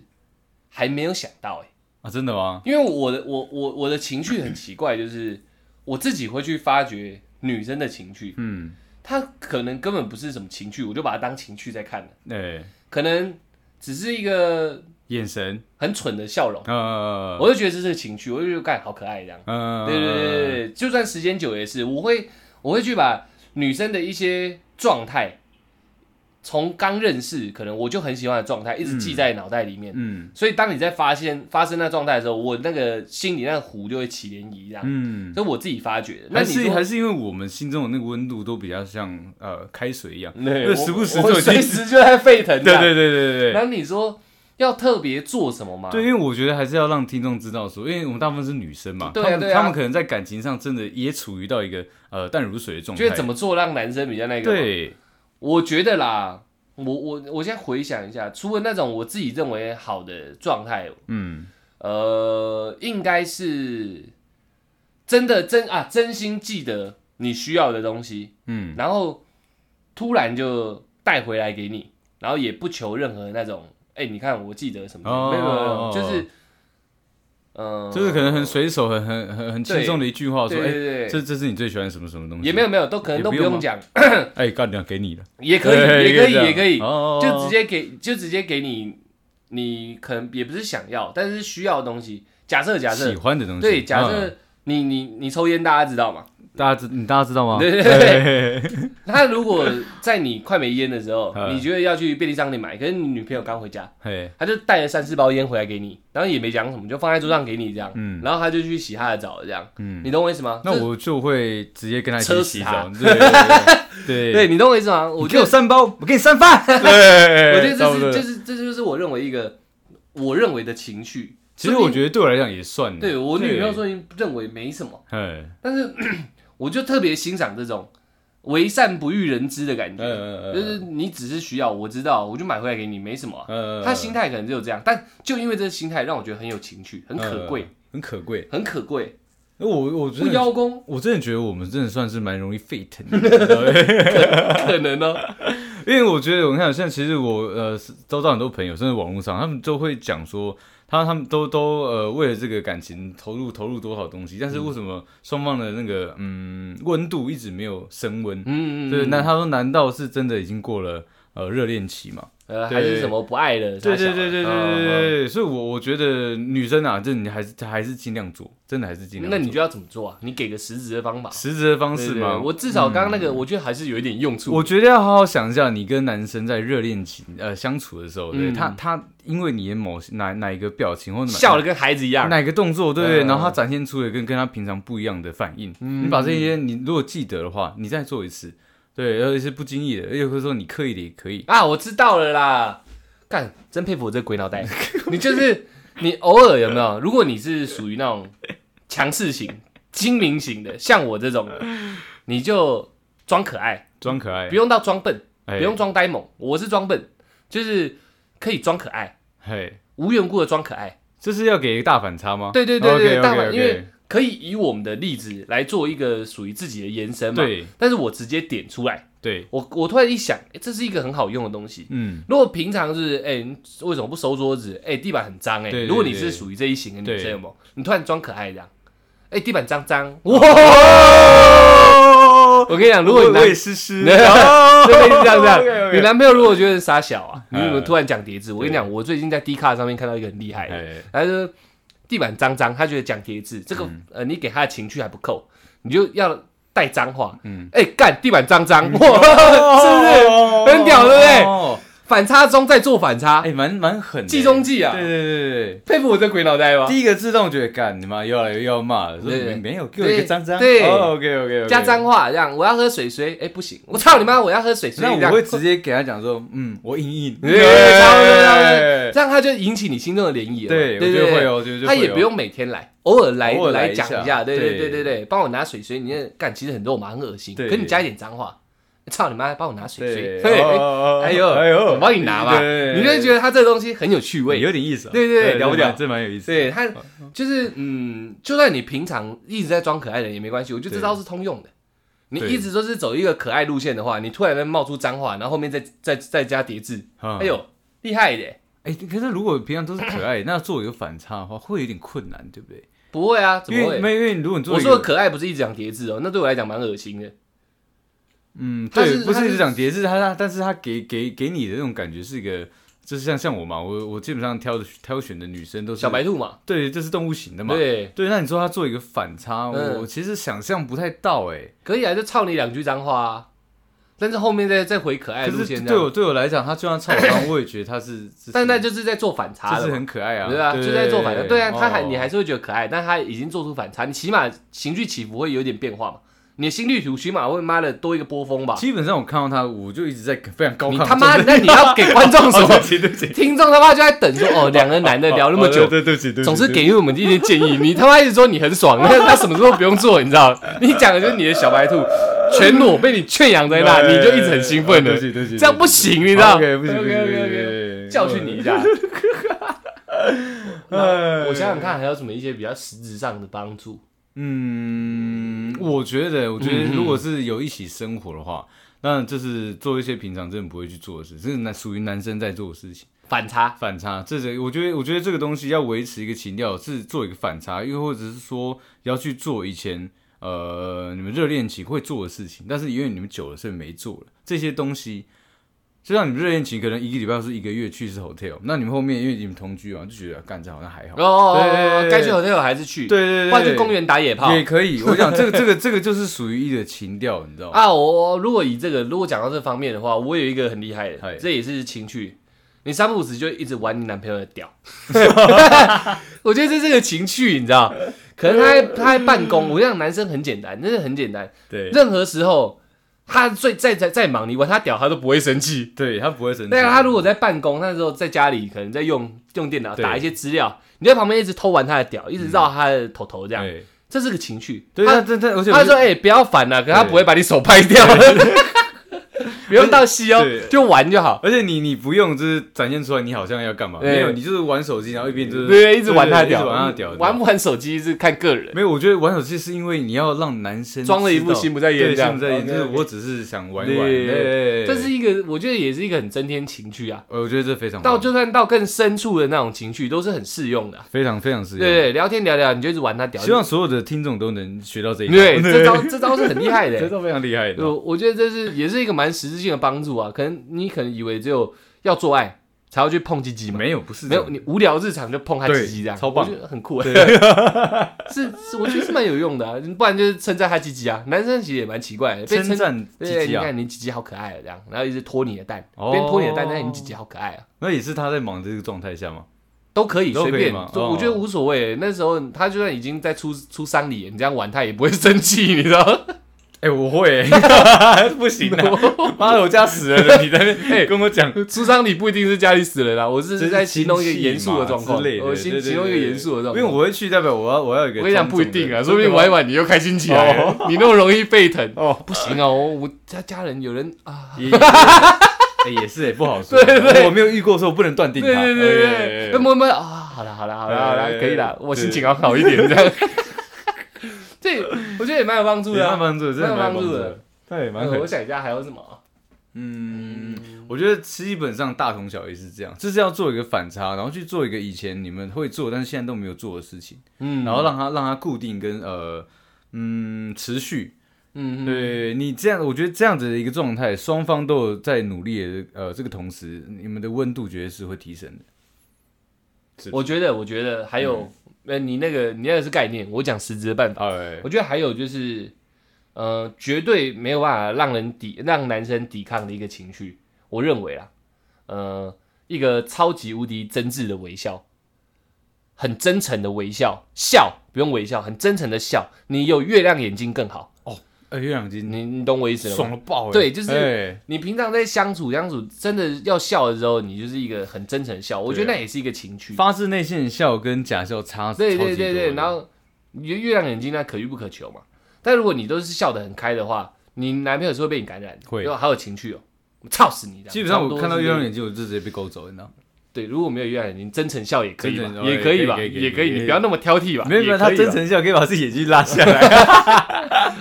Speaker 1: 还没有想到哎、
Speaker 2: 啊，真的吗？
Speaker 1: 因为我的我我我的情绪很奇怪，就是我自己会去发掘女生的情绪，
Speaker 2: 嗯，
Speaker 1: 她可能根本不是什么情绪，我就把它当情绪在看了，
Speaker 2: 对，
Speaker 1: 可能只是一个
Speaker 2: 哎眼神，
Speaker 1: 很蠢的笑容，
Speaker 2: 呃，
Speaker 1: 我就觉得这是个情绪，我就觉得干好可爱这样。
Speaker 2: 嗯，
Speaker 1: 对对对对，就算时间久也是，我会我会去把女生的一些状态，从刚认识可能我就很喜欢的状态，一直记在脑袋里面。
Speaker 2: 嗯
Speaker 1: 所以当你在发现发生那状态的时候，我那个心里那个湖就会起涟漪这样。
Speaker 2: 嗯，
Speaker 1: 这我自己发觉的。那
Speaker 2: 还
Speaker 1: 你
Speaker 2: 是
Speaker 1: 说
Speaker 2: 还是因为我们心中的那个温度都比较像呃开水一 样，
Speaker 1: 对
Speaker 2: 就
Speaker 1: 我
Speaker 2: 时不时
Speaker 1: 我
Speaker 2: 就已经
Speaker 1: 随时就在沸腾
Speaker 2: 对
Speaker 1: 这样。
Speaker 2: 对对对对
Speaker 1: 那
Speaker 2: 对。
Speaker 1: 你说要特别做什么吗？
Speaker 2: 对，因为我觉得还是要让听众知道说，因为我们大部分是女生嘛，
Speaker 1: 对啊
Speaker 2: 她们
Speaker 1: 对啊
Speaker 2: 她们可能在感情上真的也处于到一个呃淡如水的状态。
Speaker 1: 觉得怎么做让男生比较那个？，
Speaker 2: 对，
Speaker 1: 我觉得啦，我我我现在回想一下，除了那种我自己认为好的状态，
Speaker 2: 嗯，
Speaker 1: 呃，应该是真的真啊，真心记得你需要的东西，
Speaker 2: 嗯，
Speaker 1: 然后突然就带回来给你，然后也不求任何那种，哎、你看我记得什么，
Speaker 2: 哦
Speaker 1: 没有没有没有，就是，嗯、
Speaker 2: 就是可能很随手、很很很很轻松的一句话
Speaker 1: 对
Speaker 2: 说，
Speaker 1: 对
Speaker 2: 哎，
Speaker 1: 对
Speaker 2: 这这是你最喜欢什么什么东西？
Speaker 1: 也没有没有，都可能
Speaker 2: 也
Speaker 1: 都不
Speaker 2: 不用
Speaker 1: 用
Speaker 2: 吗
Speaker 1: 讲，
Speaker 2: 哎，干掉给你了，
Speaker 1: 也可以，
Speaker 2: 对
Speaker 1: 也可以，
Speaker 2: 这样
Speaker 1: 也可以，
Speaker 2: 哦，
Speaker 1: 就直接给，就直接给你，你可能也不是想要，但是需要的东西。假设假设
Speaker 2: 喜，欢的东西。
Speaker 1: 对，假设
Speaker 2: 嗯
Speaker 1: 你你你抽烟，大家知道吗？
Speaker 2: 大家知你大家知道吗？
Speaker 1: 对对
Speaker 2: 对对，
Speaker 1: 他如
Speaker 2: ，
Speaker 1: 果在你快没烟的时候
Speaker 2: 嗯
Speaker 1: 你觉得要去便利商店买，可是你女朋友刚回家，
Speaker 2: 嘿，
Speaker 1: 他就带了三四包烟回来给你，然后也没讲什么，就放在桌上给你这样，
Speaker 2: 嗯
Speaker 1: 然后他就去洗他的澡这样，
Speaker 2: 嗯
Speaker 1: 你懂我意思吗？
Speaker 2: 那
Speaker 1: 啊这
Speaker 2: 我就会直接跟他一起
Speaker 1: 车
Speaker 2: 洗
Speaker 1: 死 他。
Speaker 2: 澡对对对对
Speaker 1: 对，你懂我意思吗？我
Speaker 2: 你
Speaker 1: 觉
Speaker 2: 给
Speaker 1: 得
Speaker 2: 我三包，我给你三 发。对，
Speaker 1: 我
Speaker 2: 我
Speaker 1: 觉得这是就是这就是我认为一个我认为的情绪。
Speaker 2: 其实我觉得对我来讲也算。
Speaker 1: 得对我女朋友，说你认为没什么，
Speaker 2: 嗯
Speaker 1: 但是我就特别欣赏这种为善不欲人知的感
Speaker 2: 嗯
Speaker 1: 觉，
Speaker 2: 嗯，
Speaker 1: 就是你只是需要，我知道，我就买回来给你，没什么啊、
Speaker 2: 嗯
Speaker 1: 他心态可能只有这样，但就因为这个心态，让我觉得很有情趣，很可贵，，
Speaker 2: 很可贵。
Speaker 1: 很可贵，
Speaker 2: 我
Speaker 1: 嗯
Speaker 2: 我
Speaker 1: 不
Speaker 2: 真的，
Speaker 1: 邀功，
Speaker 2: 我真的觉得我们真的算是蛮容易沸腾 的，
Speaker 1: 可能呢、
Speaker 2: 因为我觉得我看现在其实我呃周遭很多朋友，甚至网络上，他们都会讲说。他他们都都呃为了这个感情投入投入多少东西，但是为什么双方的那个嗯温度一直没有升温？
Speaker 1: 嗯，
Speaker 2: 对，那他说难道是真的已经过了呃热恋期嘛？
Speaker 1: 呃
Speaker 2: 对
Speaker 1: 还是什么不爱了，傻
Speaker 2: 对对
Speaker 1: 小
Speaker 2: 对对对对
Speaker 1: 嗯嗯
Speaker 2: 对对，所以我我觉得女生啊，这你还是还是尽量做，真的还是尽量
Speaker 1: 那
Speaker 2: 做。
Speaker 1: 你就要怎么做啊？你给个实质的方法，
Speaker 2: 辞职的方
Speaker 1: 对
Speaker 2: 式
Speaker 1: 对
Speaker 2: 嘛，
Speaker 1: 对我至少刚刚那个，我觉得还是有一点用处。
Speaker 2: 我觉得要好好想一下，你跟男生在热恋期呃相处的时候，对
Speaker 1: 嗯
Speaker 2: 他他因为你的某哪哪一个表情或者哪
Speaker 1: 笑的跟孩子一样，
Speaker 2: 哪个动作，对不对？
Speaker 1: 嗯
Speaker 2: 然后他展现出了跟跟他平常不一样的反应。你把这些你如果记得的话，你再做一次，对，而且是不经意的，而且会说你刻意的也可以。
Speaker 1: 啊，我知道了啦。干，真佩服我这鬼脑袋。 你就是你偶尔有没有？如果你是属于那种强势型、精明型的，像我这种，你就装可爱，
Speaker 2: 装可爱，哎
Speaker 1: 不用到装笨，
Speaker 2: 不
Speaker 1: 不用装呆萌。我是装笨，就是可以装可爱，
Speaker 2: 嘿，
Speaker 1: 无缘无故的装可爱。
Speaker 2: 这是要给一个大反差吗？
Speaker 1: 对对对对
Speaker 2: OK，OK，OK
Speaker 1: 大反因为可以以我们的例子来做一个属于自己的延伸嘛。
Speaker 2: 对
Speaker 1: 但是我直接点出来，
Speaker 2: 对，
Speaker 1: 我我突然一想，诶这是一个很好用的东西。
Speaker 2: 嗯，
Speaker 1: 如果平常是哎、你为什么不收桌子？哎、地板很脏哎、
Speaker 2: 对对
Speaker 1: 如果你是属于这一型的女
Speaker 2: 对
Speaker 1: 生，有没有？你突然装可爱这样，哎、地板脏 脏，哇！
Speaker 2: 哦，
Speaker 1: 我跟你讲，如果你
Speaker 2: 我
Speaker 1: 男
Speaker 2: 也是 湿，
Speaker 1: 对
Speaker 2: 哦
Speaker 1: 就类 似这样这 样，
Speaker 2: OK，OK
Speaker 1: 你男朋友如果觉得傻小啊，你
Speaker 2: 嗯
Speaker 1: 怎么突然讲叠字？我跟你讲，我最近在 D 卡上面看到一个很厉害的，
Speaker 2: 哎
Speaker 1: 他说地板脏脏，他觉得讲叠字这个、
Speaker 2: 嗯
Speaker 1: 呃，你给他的情绪还不够，你就要带脏话，嗯，哎、干地板脏
Speaker 2: 嗯
Speaker 1: 脏， 哇，是不是很屌，对不对？
Speaker 2: 哦
Speaker 1: 反差中再做反差，
Speaker 2: 哎，蛮蛮狠的，
Speaker 1: 计中计啊
Speaker 2: 对对对对对。
Speaker 1: 佩服我这鬼脑袋吧。
Speaker 2: 第一个自动觉得干你妈又要来又要骂了，说
Speaker 1: 对
Speaker 2: 没没有给我一个脏脏，
Speaker 1: 对
Speaker 2: ，OK OK，
Speaker 1: 加脏。话这样，我要喝水水，哎、不行，我操你妈，我要喝水水，
Speaker 2: 那
Speaker 1: 这样
Speaker 2: 我会直接给他讲说，嗯，我硬硬，
Speaker 1: 对，差不多差不多这样他就引起你心中的涟漪了嘛，
Speaker 2: 对，我
Speaker 1: 对
Speaker 2: 觉得
Speaker 1: 对
Speaker 2: 会
Speaker 1: 对，
Speaker 2: 哦，我觉得就
Speaker 1: 他
Speaker 2: 会
Speaker 1: 也
Speaker 2: 哦
Speaker 1: 不用每天来，偶尔来
Speaker 2: 偶尔来一
Speaker 1: 讲
Speaker 2: 下
Speaker 1: 一下，对对
Speaker 2: 对
Speaker 1: 对对对，帮我拿水水，你那干其实很多我妈很恶心，
Speaker 2: 对
Speaker 1: 可你加一点脏话，操你妈，帮我拿水水，
Speaker 2: 对，
Speaker 1: 嘿
Speaker 2: 哦
Speaker 1: 哎
Speaker 2: 哦哦
Speaker 1: 哎呦
Speaker 2: 哎呦，
Speaker 1: 我帮你拿嘛，你就会觉得他这个东西很有趣
Speaker 2: 对
Speaker 1: 味，
Speaker 2: 有点意思啊，
Speaker 1: 对对对了不了
Speaker 2: 这蛮有意思的，
Speaker 1: 对他
Speaker 2: 嗯
Speaker 1: 就是嗯，就算你平常一直在装可爱的人也没关系，我觉得这招是通用的。你
Speaker 2: 对
Speaker 1: 一直都是走一个可爱路线的话，你突然间冒出脏话，然后后面再再再加叠字，
Speaker 2: 嗯
Speaker 1: 哎呦，厉害耶！
Speaker 2: 哎，可是如果平常都是可爱，那做一个反差的话，会有点困难，对不对？
Speaker 1: 不会啊，怎
Speaker 2: 因
Speaker 1: 么
Speaker 2: 为
Speaker 1: 会？
Speaker 2: 没有因为如果你做
Speaker 1: 我
Speaker 2: 一
Speaker 1: 说的
Speaker 2: 个，
Speaker 1: 可爱不是一直讲叠字哦，那对我来讲蛮恶心的。
Speaker 2: 嗯，
Speaker 1: 它
Speaker 2: 对，
Speaker 1: 是
Speaker 2: 不
Speaker 1: 它
Speaker 2: 是一直
Speaker 1: 是
Speaker 2: 讲叠字，他他，但是他给给给你的那种感觉是一个，就是像像我嘛，我我基本上挑的挑选的女生都是
Speaker 1: 小白，兔嘛，
Speaker 2: 对，这是动物型的嘛。
Speaker 1: 对，
Speaker 2: 对，那你说他做一个反差，我
Speaker 1: 嗯
Speaker 2: 我其实想象不太到哎、
Speaker 1: 可以啊，就操你两句脏话啊，但是后面再再回可爱
Speaker 2: 可
Speaker 1: 路
Speaker 2: 是
Speaker 1: 线这
Speaker 2: 对
Speaker 1: 样，
Speaker 2: 我对我来讲，他就算唱我我也觉得 他是，这是
Speaker 1: 但那就是在做反差
Speaker 2: 这
Speaker 1: 了
Speaker 2: 是
Speaker 1: 嘛。
Speaker 2: 很可爱啊，
Speaker 1: 对啊，就在做反差。对
Speaker 2: 哦
Speaker 1: 啊，他还你还
Speaker 2: 是
Speaker 1: 是会觉得可爱，但他已经做出反差，你起码情绪起伏会有点变化嘛。你的心率图起码会妈的多一个波峰吧？
Speaker 2: 基本上我看到他，我就一直在非常高亢
Speaker 1: 你
Speaker 2: 的
Speaker 1: 他
Speaker 2: 状
Speaker 1: 妈，
Speaker 2: 态，
Speaker 1: 那你要给观众什
Speaker 2: 哦对
Speaker 1: 么
Speaker 2: 不？起对不起，
Speaker 1: 听众他妈就在等说，哦，两个男的 聊那么
Speaker 2: 哦
Speaker 1: 久，
Speaker 2: 对对不起对不起，
Speaker 1: 总是
Speaker 2: 对不起
Speaker 1: 给予我们一些建议。你他妈一直说你很爽， 那他什么时候不用做？你知 道？你讲的就是你的小白兔全裸被你圈养在那，你就一直很兴奋的
Speaker 2: 对不，起对不起，
Speaker 1: 这样不行，你知道？
Speaker 2: OK，不行不行
Speaker 1: OK，OK，OK
Speaker 2: 不行不行
Speaker 1: 教训你一 下。
Speaker 2: 哎呃
Speaker 1: 我想想，看，还有什么一些比较实质上的帮助？
Speaker 2: 嗯，我觉得，我觉得如果是有一起生活的话，那就是做一些平常真的不会去做的事，这是男属于男生在做的事情。
Speaker 1: 反差，
Speaker 2: 反差，这是我觉得，我觉得这个东西要维持一个情调，是做一个反差，又或者是说要去做以前呃你们热恋期会做的事情，但是因为你们久了，所以没做了这些东西。就像你们热恋期，可能一个礼拜或是一个月去一次 hotel，那你们后面因为你们同居嘛，啊就觉得干这好像还好。
Speaker 1: 哦
Speaker 2: 对，
Speaker 1: 该去 hotel 还是去，
Speaker 2: 对对对，
Speaker 1: 或者去公园打野炮
Speaker 2: 也可以。我想这个这个这个就是属于一的情调，你知道吗？
Speaker 1: 啊。我我如果以这个，如果讲到这方面的话，我有一个很厉害
Speaker 2: 嗨
Speaker 1: 的，这也是情趣。你三不五时就一直玩你男朋友的 屌，我觉得这是个情趣，你知道？可能他在他在办公，我想男生很简单，真的很简单，
Speaker 2: 对
Speaker 1: 任何时候他最再再再忙，你玩他屌他都不会生气。
Speaker 2: 对，啊他不会生气。
Speaker 1: 但是他如果在办公，那时候在家里可能在用用电脑
Speaker 2: 对嗯
Speaker 1: 打一些资料，你在旁边一直偷玩他的屌，一直绕他的头头这样，
Speaker 2: 对，
Speaker 1: 这是个情绪。
Speaker 2: 对，
Speaker 1: 他
Speaker 2: 他这这而且
Speaker 1: 他
Speaker 2: 我
Speaker 1: 说：“哎、不要烦了、可他不会把你手拍掉，不用到西哦
Speaker 2: 对，
Speaker 1: 就玩就好。
Speaker 2: 而且你你不用就是展现出来你好像要干嘛，
Speaker 1: 对
Speaker 2: 没有，你就是玩手机，然后一边就是
Speaker 1: 对，一直玩他的
Speaker 2: 对对
Speaker 1: 屌，
Speaker 2: 一直玩他的屌，
Speaker 1: 玩不玩手机是看个人。
Speaker 2: 没有，我觉得玩手机是因为你要让男生
Speaker 1: 装了一副
Speaker 2: 知道
Speaker 1: 心不在焉
Speaker 2: 对
Speaker 1: 这样
Speaker 2: 心不在焉，
Speaker 1: OK，
Speaker 2: 就是
Speaker 1: OK
Speaker 2: 我只是想玩一玩，
Speaker 1: 对
Speaker 2: 对
Speaker 1: 这是一个，我觉得也是一个很增添情趣啊。
Speaker 2: 呃我觉得这非常
Speaker 1: 到
Speaker 2: 棒
Speaker 1: 就算到更深处的那种情绪，都是很适用的啊、
Speaker 2: 非常非常实
Speaker 1: 对
Speaker 2: 用。
Speaker 1: 对，聊天聊聊，你就一直玩他屌。
Speaker 2: 希望所有的听众都能学到这一
Speaker 1: 对，
Speaker 2: 招
Speaker 1: 这招这招是很厉害的、
Speaker 2: 这招非常厉害的。
Speaker 1: 我我觉得这是也是一个蛮实质性的帮助啊。可能你可能以为只有要做爱才要去碰鸡鸡嘛，
Speaker 2: 没有，不是
Speaker 1: 没
Speaker 2: 这样
Speaker 1: 有你无聊日常就碰他
Speaker 2: 对
Speaker 1: 鸡鸡这样，
Speaker 2: 超棒
Speaker 1: 我觉得很酷、欸。 是是，我觉得是蛮有用的、啊，不然就是称赞他鸡鸡啊。男生其实也蛮奇怪的，被
Speaker 2: 称
Speaker 1: 称。
Speaker 2: 赞
Speaker 1: 对，
Speaker 2: 鸡
Speaker 1: 你
Speaker 2: 鸡啊，
Speaker 1: 看你鸡鸡好可爱啊，这样，然后一直拖你的蛋，
Speaker 2: 哦
Speaker 1: 边拖你的蛋，但是你鸡鸡好可爱啊，
Speaker 2: 那也是他在忙这个状态下嘛。
Speaker 1: 都可以
Speaker 2: 都可
Speaker 1: 随
Speaker 2: 以
Speaker 1: 便，
Speaker 2: 吗
Speaker 1: 就
Speaker 2: 哦
Speaker 1: 我觉得无所谓。那时候他就算已经在出出丧礼，你这样玩他也不会生气，你知道吗？
Speaker 2: 哎，我会，不行啊！妈的，我家死人了，你在那边跟我讲，
Speaker 1: 出丧礼不一定是家里死人 啊，我是
Speaker 2: 就是
Speaker 1: 在形容一个严肃的
Speaker 2: 亲戚嘛
Speaker 1: 状况
Speaker 2: 之类，的
Speaker 1: 我
Speaker 2: 对
Speaker 1: 形
Speaker 2: 对对
Speaker 1: 形容一个严肃的状
Speaker 2: 因为
Speaker 1: 况。
Speaker 2: 我会去代表我要我要有一个。
Speaker 1: 我跟你讲不一定啊，说不定
Speaker 2: 我，
Speaker 1: 玩一玩你又开心起来了， 你那么容易沸腾
Speaker 2: 哦，
Speaker 1: 不行哦，我我家家人有人啊，
Speaker 2: 也欸也是也不好说。
Speaker 1: 对对
Speaker 2: 我没有遇过，说我不能断定
Speaker 1: 对
Speaker 2: 它。
Speaker 1: 对
Speaker 2: 哎
Speaker 1: 对对，那
Speaker 2: 对，
Speaker 1: 摸摸啊，好了好了好了好
Speaker 2: 对
Speaker 1: 了，
Speaker 2: 对
Speaker 1: 可以
Speaker 2: 对
Speaker 1: 了，
Speaker 2: 哎对
Speaker 1: 我心情要好一点这 样。这我觉得也蛮有帮助
Speaker 2: 也
Speaker 1: 的
Speaker 2: 蛮
Speaker 1: 啊。
Speaker 2: 帮助的，真的蛮帮助的。对，蛮
Speaker 1: 呃
Speaker 2: 可
Speaker 1: 我想一下还有什么啊？
Speaker 2: 嗯，我觉得基本上大同小异是这样，就是要做一个反差，然后去做一个以前你们会做但是现在都没有做的事情，
Speaker 1: 嗯
Speaker 2: 然后让它让它固定跟呃嗯持续。
Speaker 1: 嗯嗯
Speaker 2: 对你这样，我觉得这样子的一个状态，双方都有在努力的呃这个同时，你们的温度绝对是会提升的。
Speaker 1: 我觉得我觉得还
Speaker 2: 嗯
Speaker 1: 有，呃，你那个你那个是概念，我讲实质的办法。
Speaker 2: 哎，
Speaker 1: 我觉得还有就是，呃，绝对没有办法让人抵让男生抵抗的一个情绪，我认为啊，呃，一个超级无敌真挚的微笑，很真诚的微笑，笑不用微笑，很真诚的笑，你有月亮眼睛更好，
Speaker 2: 呃，月亮金
Speaker 1: 你你懂我意思
Speaker 2: 爽
Speaker 1: 吗？
Speaker 2: 了爆欸！
Speaker 1: 对就是
Speaker 2: 哎
Speaker 1: 你平常在相处相处，真的要笑的时候，你就是一个很真诚的笑，我觉得
Speaker 2: 对啊
Speaker 1: 那也是一个情趣。
Speaker 2: 发自内心的笑跟假笑差
Speaker 1: 对
Speaker 2: 超
Speaker 1: 对
Speaker 2: 级
Speaker 1: 对对，
Speaker 2: 多的
Speaker 1: 然后你的月亮眼睛那可遇不可求嘛。但如果你都是笑得很开的话，你男朋友是会被你感染的，
Speaker 2: 会
Speaker 1: 然后还有情绪哦，我操死你这样！
Speaker 2: 基本上我看到月亮
Speaker 1: 眼，
Speaker 2: 眼睛，我就直接被勾走，你知道吗？
Speaker 1: 对，如果没有月亮眼睛，真诚笑也可以
Speaker 2: 真
Speaker 1: 吧，
Speaker 2: 诚笑
Speaker 1: 也可以吧，
Speaker 2: 可以可以
Speaker 1: 也可以，
Speaker 2: 可以
Speaker 1: 你不要那么挑剔吧。
Speaker 2: 没有没有，
Speaker 1: 啊也可
Speaker 2: 他
Speaker 1: 以吧
Speaker 2: 真诚笑可以把自己眼睛拉下来，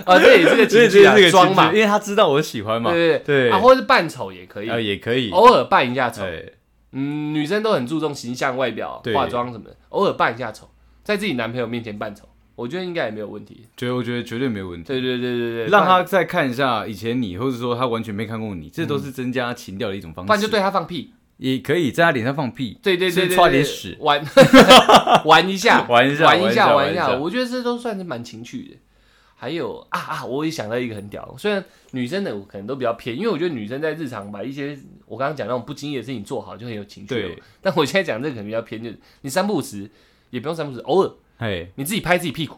Speaker 1: 啊，这也是个
Speaker 2: 所以
Speaker 1: 情
Speaker 2: 这
Speaker 1: 绪 啊
Speaker 2: 是个，
Speaker 1: 装嘛，
Speaker 2: 因
Speaker 1: 对
Speaker 2: 为他知道我喜欢嘛，
Speaker 1: 对
Speaker 2: 对
Speaker 1: 啊，或者是哦扮丑也可以，
Speaker 2: 啊也可以，
Speaker 1: 偶尔扮一下丑。
Speaker 2: 哎
Speaker 1: 嗯，女生都很注重形象、外表、
Speaker 2: 对
Speaker 1: 化妆什么的，偶尔扮一下丑，在自己男朋友面前扮丑，我觉得应该也没有问题。
Speaker 2: 觉得我觉得绝对没有问题。
Speaker 1: 对对对对对，
Speaker 2: 让
Speaker 1: 不然
Speaker 2: 他再看一下以前你，或者说他完全没看过你，这都是增加情调的一种方
Speaker 1: 嗯不然
Speaker 2: 式。
Speaker 1: 就对他放屁。
Speaker 2: 也可以在他脸上放屁，
Speaker 1: 对对对
Speaker 2: 是
Speaker 1: 对，
Speaker 2: 刷
Speaker 1: 对
Speaker 2: 点
Speaker 1: 对
Speaker 2: 屎
Speaker 1: 玩玩一下，
Speaker 2: 玩一下
Speaker 1: 玩
Speaker 2: 玩一
Speaker 1: 下，
Speaker 2: 下
Speaker 1: 玩
Speaker 2: 玩一下
Speaker 1: 我觉得这都算是蛮情趣的。还有啊啊，我也想到一个很屌的，虽然女生的我可能都比较偏，因为我觉得女生在日常把一些我刚刚讲那种不经意的事情做好就很有情趣了嘛
Speaker 2: 对。
Speaker 1: 但我现在讲这个可能比较偏，就是你三不五时，也不用三不五时，偶尔
Speaker 2: 哎，
Speaker 1: 你自己拍自己屁股，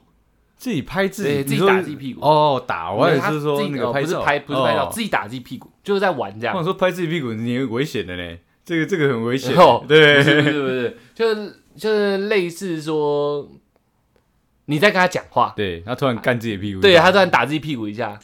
Speaker 2: 自己拍自
Speaker 1: 对
Speaker 2: 己，
Speaker 1: 自己
Speaker 2: 你说
Speaker 1: 打自己屁股
Speaker 2: 哦，打，我也
Speaker 1: 他
Speaker 2: 是说
Speaker 1: 自己
Speaker 2: 那
Speaker 1: 哦
Speaker 2: 个拍
Speaker 1: 不是
Speaker 2: 照，
Speaker 1: 拍不是拍照，
Speaker 2: 哦
Speaker 1: 自己打自己屁股，就是在玩这样
Speaker 2: 我。想说拍自己屁股你很危险的呢，这个这个很危险
Speaker 1: 哦，不
Speaker 2: 对，
Speaker 1: 是 不是不是，就是就是类似说你在跟他讲话，
Speaker 2: 对他突然干自己的屁股，
Speaker 1: 对他突然打自己屁股一下，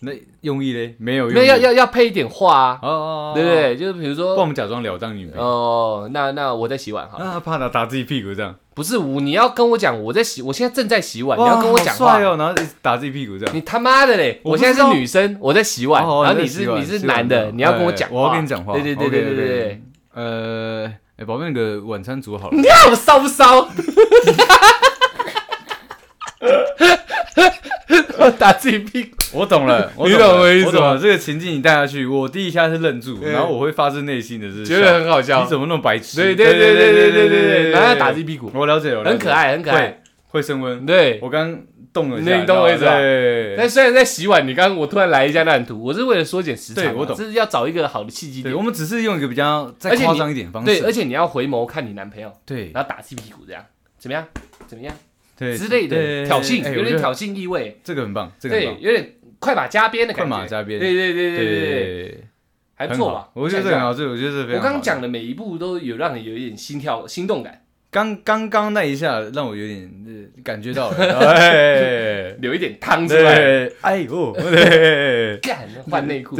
Speaker 2: 那用意嘞没有用
Speaker 1: 那
Speaker 2: 意，
Speaker 1: 要要要配一点话啊，
Speaker 2: 哦哦，哦
Speaker 1: 对不？对？就是比如
Speaker 2: 不然我
Speaker 1: 说，
Speaker 2: 们假装了当女朋友，
Speaker 1: 哦，那那我在洗碗哈，
Speaker 2: 那他怕他打自己屁股这样，
Speaker 1: 不是我，你要跟我讲我在洗，我现在正在洗碗，你
Speaker 2: 哇
Speaker 1: 要跟我讲
Speaker 2: 好
Speaker 1: 话
Speaker 2: 帅，哦，然后一直打自己屁股这样。
Speaker 1: 你他妈的嘞！
Speaker 2: 我
Speaker 1: 我
Speaker 2: 不知
Speaker 1: 现在
Speaker 2: 道
Speaker 1: 是女生，我在洗碗，
Speaker 2: 哦哦
Speaker 1: 然后
Speaker 2: 在
Speaker 1: 你
Speaker 2: 洗
Speaker 1: 是
Speaker 2: 碗
Speaker 1: 你是
Speaker 2: 洗碗
Speaker 1: 男的，你要跟我讲
Speaker 2: 哎
Speaker 1: 话，
Speaker 2: 我要跟你讲话
Speaker 1: 对对对对对
Speaker 2: OK，OK，OK
Speaker 1: 对对，
Speaker 2: 呃，哎，宝贝，那个晚餐煮好了
Speaker 1: 你，看我骚不骚？后打自己屁股。
Speaker 2: 我懂 了，我
Speaker 1: 你
Speaker 2: 了
Speaker 1: 懂我意思吗
Speaker 2: 懂了这个情境你带下去，我第一下是愣住，
Speaker 1: 对
Speaker 2: 然后我会发自内心的是
Speaker 1: 觉得很好
Speaker 2: 笑
Speaker 1: 笑
Speaker 2: 你。怎么那么白痴？
Speaker 1: 对对对对对对对对，然后打自己屁股，
Speaker 2: 我了解了，我了解
Speaker 1: 很可，爱，很可爱。
Speaker 2: 会升温。
Speaker 1: 对，
Speaker 2: 我刚动了一下，
Speaker 1: 那你懂我意思吧
Speaker 2: 对
Speaker 1: 但虽然在洗碗，你刚刚我突然来一下那很土，我是为了缩减时长嘛，啊
Speaker 2: 对我懂
Speaker 1: 这是要找一个好的契机
Speaker 2: 对，
Speaker 1: 点。
Speaker 2: 我们只是用一个比较再
Speaker 1: 而且你
Speaker 2: 夸张一点的方
Speaker 1: 对，而
Speaker 2: 式，
Speaker 1: 且你要回眸看你男朋友，
Speaker 2: 对
Speaker 1: 然后打自己屁股这样，怎么样？怎么样
Speaker 2: 对
Speaker 1: 之类
Speaker 2: 对
Speaker 1: 的挑衅，
Speaker 2: 哎
Speaker 1: 有
Speaker 2: 我觉
Speaker 1: 点
Speaker 2: 得
Speaker 1: 挑衅意味，
Speaker 2: 这个很棒，这个很
Speaker 1: 对，
Speaker 2: 棒，
Speaker 1: 有点快马加鞭的
Speaker 2: 快
Speaker 1: 感
Speaker 2: 马
Speaker 1: 觉。
Speaker 2: 加鞭，
Speaker 1: 对对对对对对，
Speaker 2: 对，
Speaker 1: 还不
Speaker 2: 很
Speaker 1: 错吧
Speaker 2: 好？我觉得这个
Speaker 1: 样
Speaker 2: 很好，这个我觉得这个非
Speaker 1: 我
Speaker 2: 常好
Speaker 1: 刚刚讲的每一步都有让你有一点心跳、心动感，
Speaker 2: 刚刚刚那一下让我有点呃感觉 到了，哎，
Speaker 1: 流一点汤出来。
Speaker 2: 对，哎呦， 对，
Speaker 1: 干，换内裤，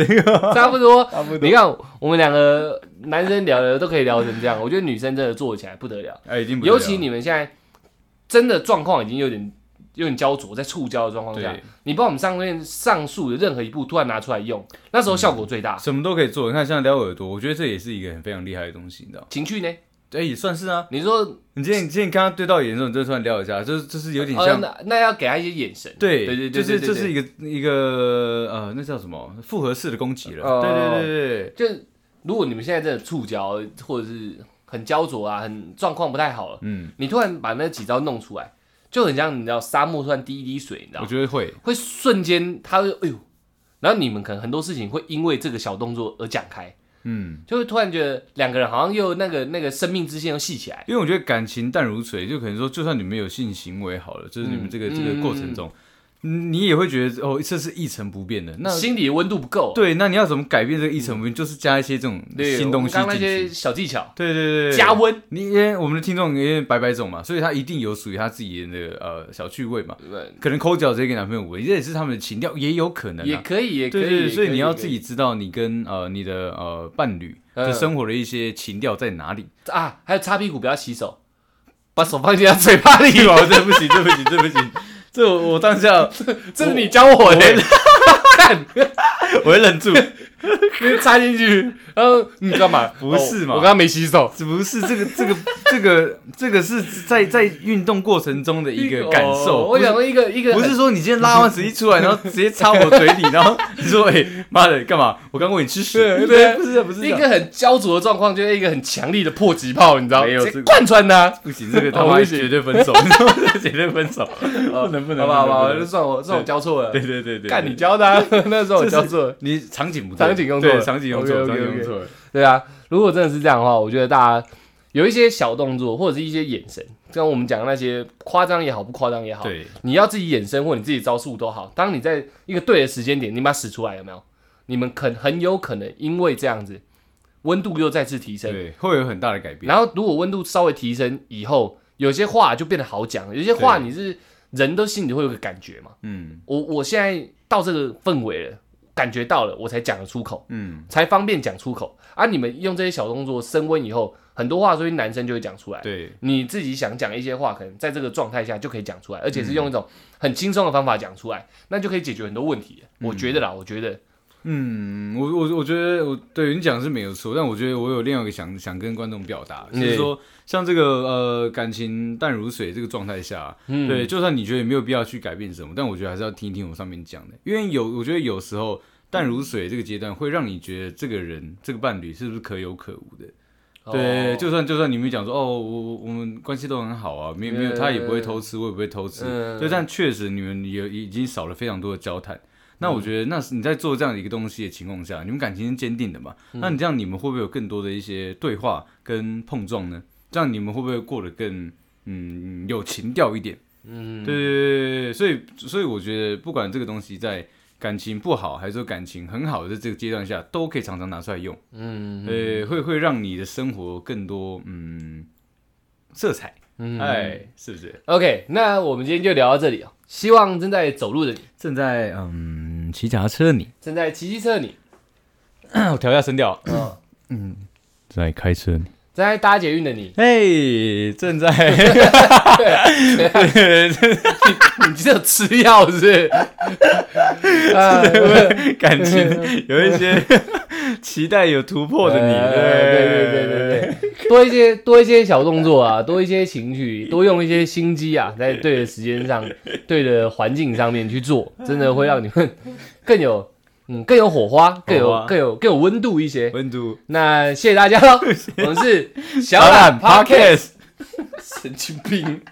Speaker 1: 差不多。
Speaker 2: 差不
Speaker 1: 你，看，我们两个男生聊的都可以聊成这样，我觉得女生真的做起来不得了。
Speaker 2: 哎，已经不得了
Speaker 1: 尤其你们现在真的状况已经有点有点焦灼，在触礁的状况下
Speaker 2: 对，
Speaker 1: 你把我们上面上述的任何一步突然拿出来用，那时候效果最大。
Speaker 2: 什么都可以做，你看像撩耳朵，我觉得这也是一个很非常厉害的东西，你知道？
Speaker 1: 情趣呢？
Speaker 2: 哎，也算是啊。
Speaker 1: 你说
Speaker 2: 你今天你今天跟他对到眼的时候，你就算撩一下，就是就是有点
Speaker 1: 哦，
Speaker 2: 像。
Speaker 1: 那那要给他一些眼神。
Speaker 2: 对
Speaker 1: 对对对
Speaker 2: 就
Speaker 1: 对
Speaker 2: 是
Speaker 1: 对
Speaker 2: 这
Speaker 1: 对
Speaker 2: 是一个一个呃，那叫什么复合式的攻击了。
Speaker 1: 哦
Speaker 2: 对对对对，
Speaker 1: 就是如果你们现在真的触礁或者是很焦灼啊，很状况不太好了，
Speaker 2: 嗯，
Speaker 1: 你突然把那几招弄出来，就很像你知道沙漠突然滴一滴水，你知道
Speaker 2: 我
Speaker 1: 吗
Speaker 2: 觉得会，
Speaker 1: 会瞬间它会哎呦，然后你们可能很多事情会因为这个小动作而讲开，
Speaker 2: 嗯，
Speaker 1: 就会突然觉得两个人好像又那个那个生命之线又系起来。
Speaker 2: 因为我觉得感情淡如水，就可能说，就算你们有性行为好了，就是你们这个、
Speaker 1: 嗯
Speaker 2: 这个过程中，嗯你也会觉得哦，这是一成不变的。那
Speaker 1: 心里的温度不够，
Speaker 2: 对，那你要怎么改变这个一成不变？就是加一些这种
Speaker 1: 对，
Speaker 2: 新东西
Speaker 1: 我们刚刚
Speaker 2: 进
Speaker 1: 那些
Speaker 2: 去。
Speaker 1: 小技巧
Speaker 2: 对对对，
Speaker 1: 加温，
Speaker 2: 你因为我们的听众因为白白种嘛，所以他一定有属于他自己的呃小趣味嘛，可能抠脚直接给男朋友闻，这也是他们的情调，也有可能、啊。
Speaker 1: 也可以，也可以，
Speaker 2: 对对
Speaker 1: 也
Speaker 2: 对，
Speaker 1: 可
Speaker 2: 所以你要
Speaker 1: 也可
Speaker 2: 自己知道你跟呃你的呃伴侣
Speaker 1: 嗯
Speaker 2: 的生活的一些情调在哪里。
Speaker 1: 啊，还有擦屁股不要洗手，把手放进他嘴巴里，
Speaker 2: 对吧？哦对不起，对不起，对不起，这我我当 下
Speaker 1: 这是你教我的， 看
Speaker 2: 我会忍住，
Speaker 1: 插进去，然后你干嘛？
Speaker 2: 不是嘛
Speaker 1: 哦我刚刚没洗手，
Speaker 2: 不是这个这个这个这个是在在运动过程中的一个感
Speaker 1: 哦
Speaker 2: 受，
Speaker 1: 我想说一个一个
Speaker 2: 不
Speaker 1: 很
Speaker 2: 是说你今天拉完屎一出来，然后直接插我嘴里，然后你说哎妈的干嘛？我刚问你吃屎，
Speaker 1: 对对
Speaker 2: 不是不是这
Speaker 1: 一
Speaker 2: 样
Speaker 1: 个很焦灼的状况，就是一个很强力的迫击炮，你知道吗？
Speaker 2: 没有
Speaker 1: 直接
Speaker 2: 这个
Speaker 1: 贯穿它。
Speaker 2: 不行，这个他
Speaker 1: 哦
Speaker 2: 妈
Speaker 1: 不行
Speaker 2: 绝对分 手，你知道吗这绝对分手，不能不
Speaker 1: 好
Speaker 2: 能，
Speaker 1: 哦吧好吧，
Speaker 2: 不
Speaker 1: 就
Speaker 2: 能
Speaker 1: 算我算我教错了
Speaker 2: 对，对对对，
Speaker 1: 干你教 的啊，那时候我
Speaker 2: 这是
Speaker 1: 教错了。
Speaker 2: 你场景不对，
Speaker 1: 场景用错了
Speaker 2: 对场景用错了，场
Speaker 1: OK，OK，OK
Speaker 2: 景用错了，
Speaker 1: 对啊，如果真的是这样的话，我觉得大家有一些小动作或者是一些眼神，像我们讲的那些夸张也好，不夸张也好，
Speaker 2: 对，
Speaker 1: 你要自己衍生或你自己招数都好，当你在一个对的时间点，你把它使出来，有没有？你们很很有可能因为这样子，温度又再次提升。
Speaker 2: 对，会有很大的改变。
Speaker 1: 然后如果温度稍微提升以后，有些话就变得好讲，有些话你是人都心里会有个感觉嘛。
Speaker 2: 嗯
Speaker 1: 我我现在到这个氛围了，感觉到了，我才讲得出口，
Speaker 2: 嗯，
Speaker 1: 才方便讲出口啊。你们用这些小动作升温以后，很多话所以男生就会讲出来。
Speaker 2: 对，
Speaker 1: 你自己想讲一些话，可能在这个状态下就可以讲出来，而且是
Speaker 2: 嗯
Speaker 1: 用一种很轻松的方法讲出来，那就可以解决很多问题。我觉得啦，我觉得
Speaker 2: 嗯，我我我觉得我对你讲是没有错，但我觉得我有另外一个想想跟观众表达，就
Speaker 1: 嗯
Speaker 2: 是说像这个呃感情淡如水这个状态下，
Speaker 1: 嗯
Speaker 2: 对，就算你觉得没有必要去改变什么，但我觉得还是要听一听我上面讲的，因为有我觉得有时候淡如水这个阶段会让你觉得这个人这个伴侣是不是可有可无的。对，
Speaker 1: 哦
Speaker 2: 就算就算你们讲说哦，我我我们关系都很好啊，没有没有，他也不会偷吃，我也不会偷吃，
Speaker 1: 嗯
Speaker 2: 对，但确实你们也已经少了非常多的交谈。那
Speaker 1: 嗯
Speaker 2: 我觉得，那是你在做这样的一个东西的情况下，你们感情是坚定的嘛？
Speaker 1: 嗯
Speaker 2: 那你这样，你们会不会有更多的一些对话跟碰撞呢？这样你们会不会过得更嗯有情调一点？
Speaker 1: 嗯，
Speaker 2: 对对对对对，所以所以我觉得，不管这个东西在感情不好还是说感情很好的这个阶段下，都可以常常拿出来用。
Speaker 1: 嗯
Speaker 2: 呃，会会让你的生活更多嗯色彩，
Speaker 1: 嗯
Speaker 2: 哎，是不是？
Speaker 1: ，OK，那我们今天就聊到这里哦。希望正在走路的你，
Speaker 2: 正在嗯骑脚踏车的你，
Speaker 1: 正在骑机车的你，
Speaker 2: 啊我调一下声调，
Speaker 1: 嗯，
Speaker 2: 正在开车的你，
Speaker 1: 正在搭捷运的你，
Speaker 2: 嘿，正 在
Speaker 1: 你这有吃 药是不是？啊，
Speaker 2: 感情有一些期待有突破的你，
Speaker 1: 呃
Speaker 2: 对
Speaker 1: 对对对对对， 多一些多一些小动作啊，多一些情绪，多用一些心机啊，在对的时间上、 对的环境上面去做，真的会让你们 更有嗯更有火花，更
Speaker 2: 火
Speaker 1: 有
Speaker 2: 花
Speaker 1: 更有更有温度一些。
Speaker 2: 温度
Speaker 1: 那谢谢大家 喽，我们是小
Speaker 2: 小
Speaker 1: 懒
Speaker 2: 懒
Speaker 1: Podcast，
Speaker 2: Podcast，
Speaker 1: 神经病。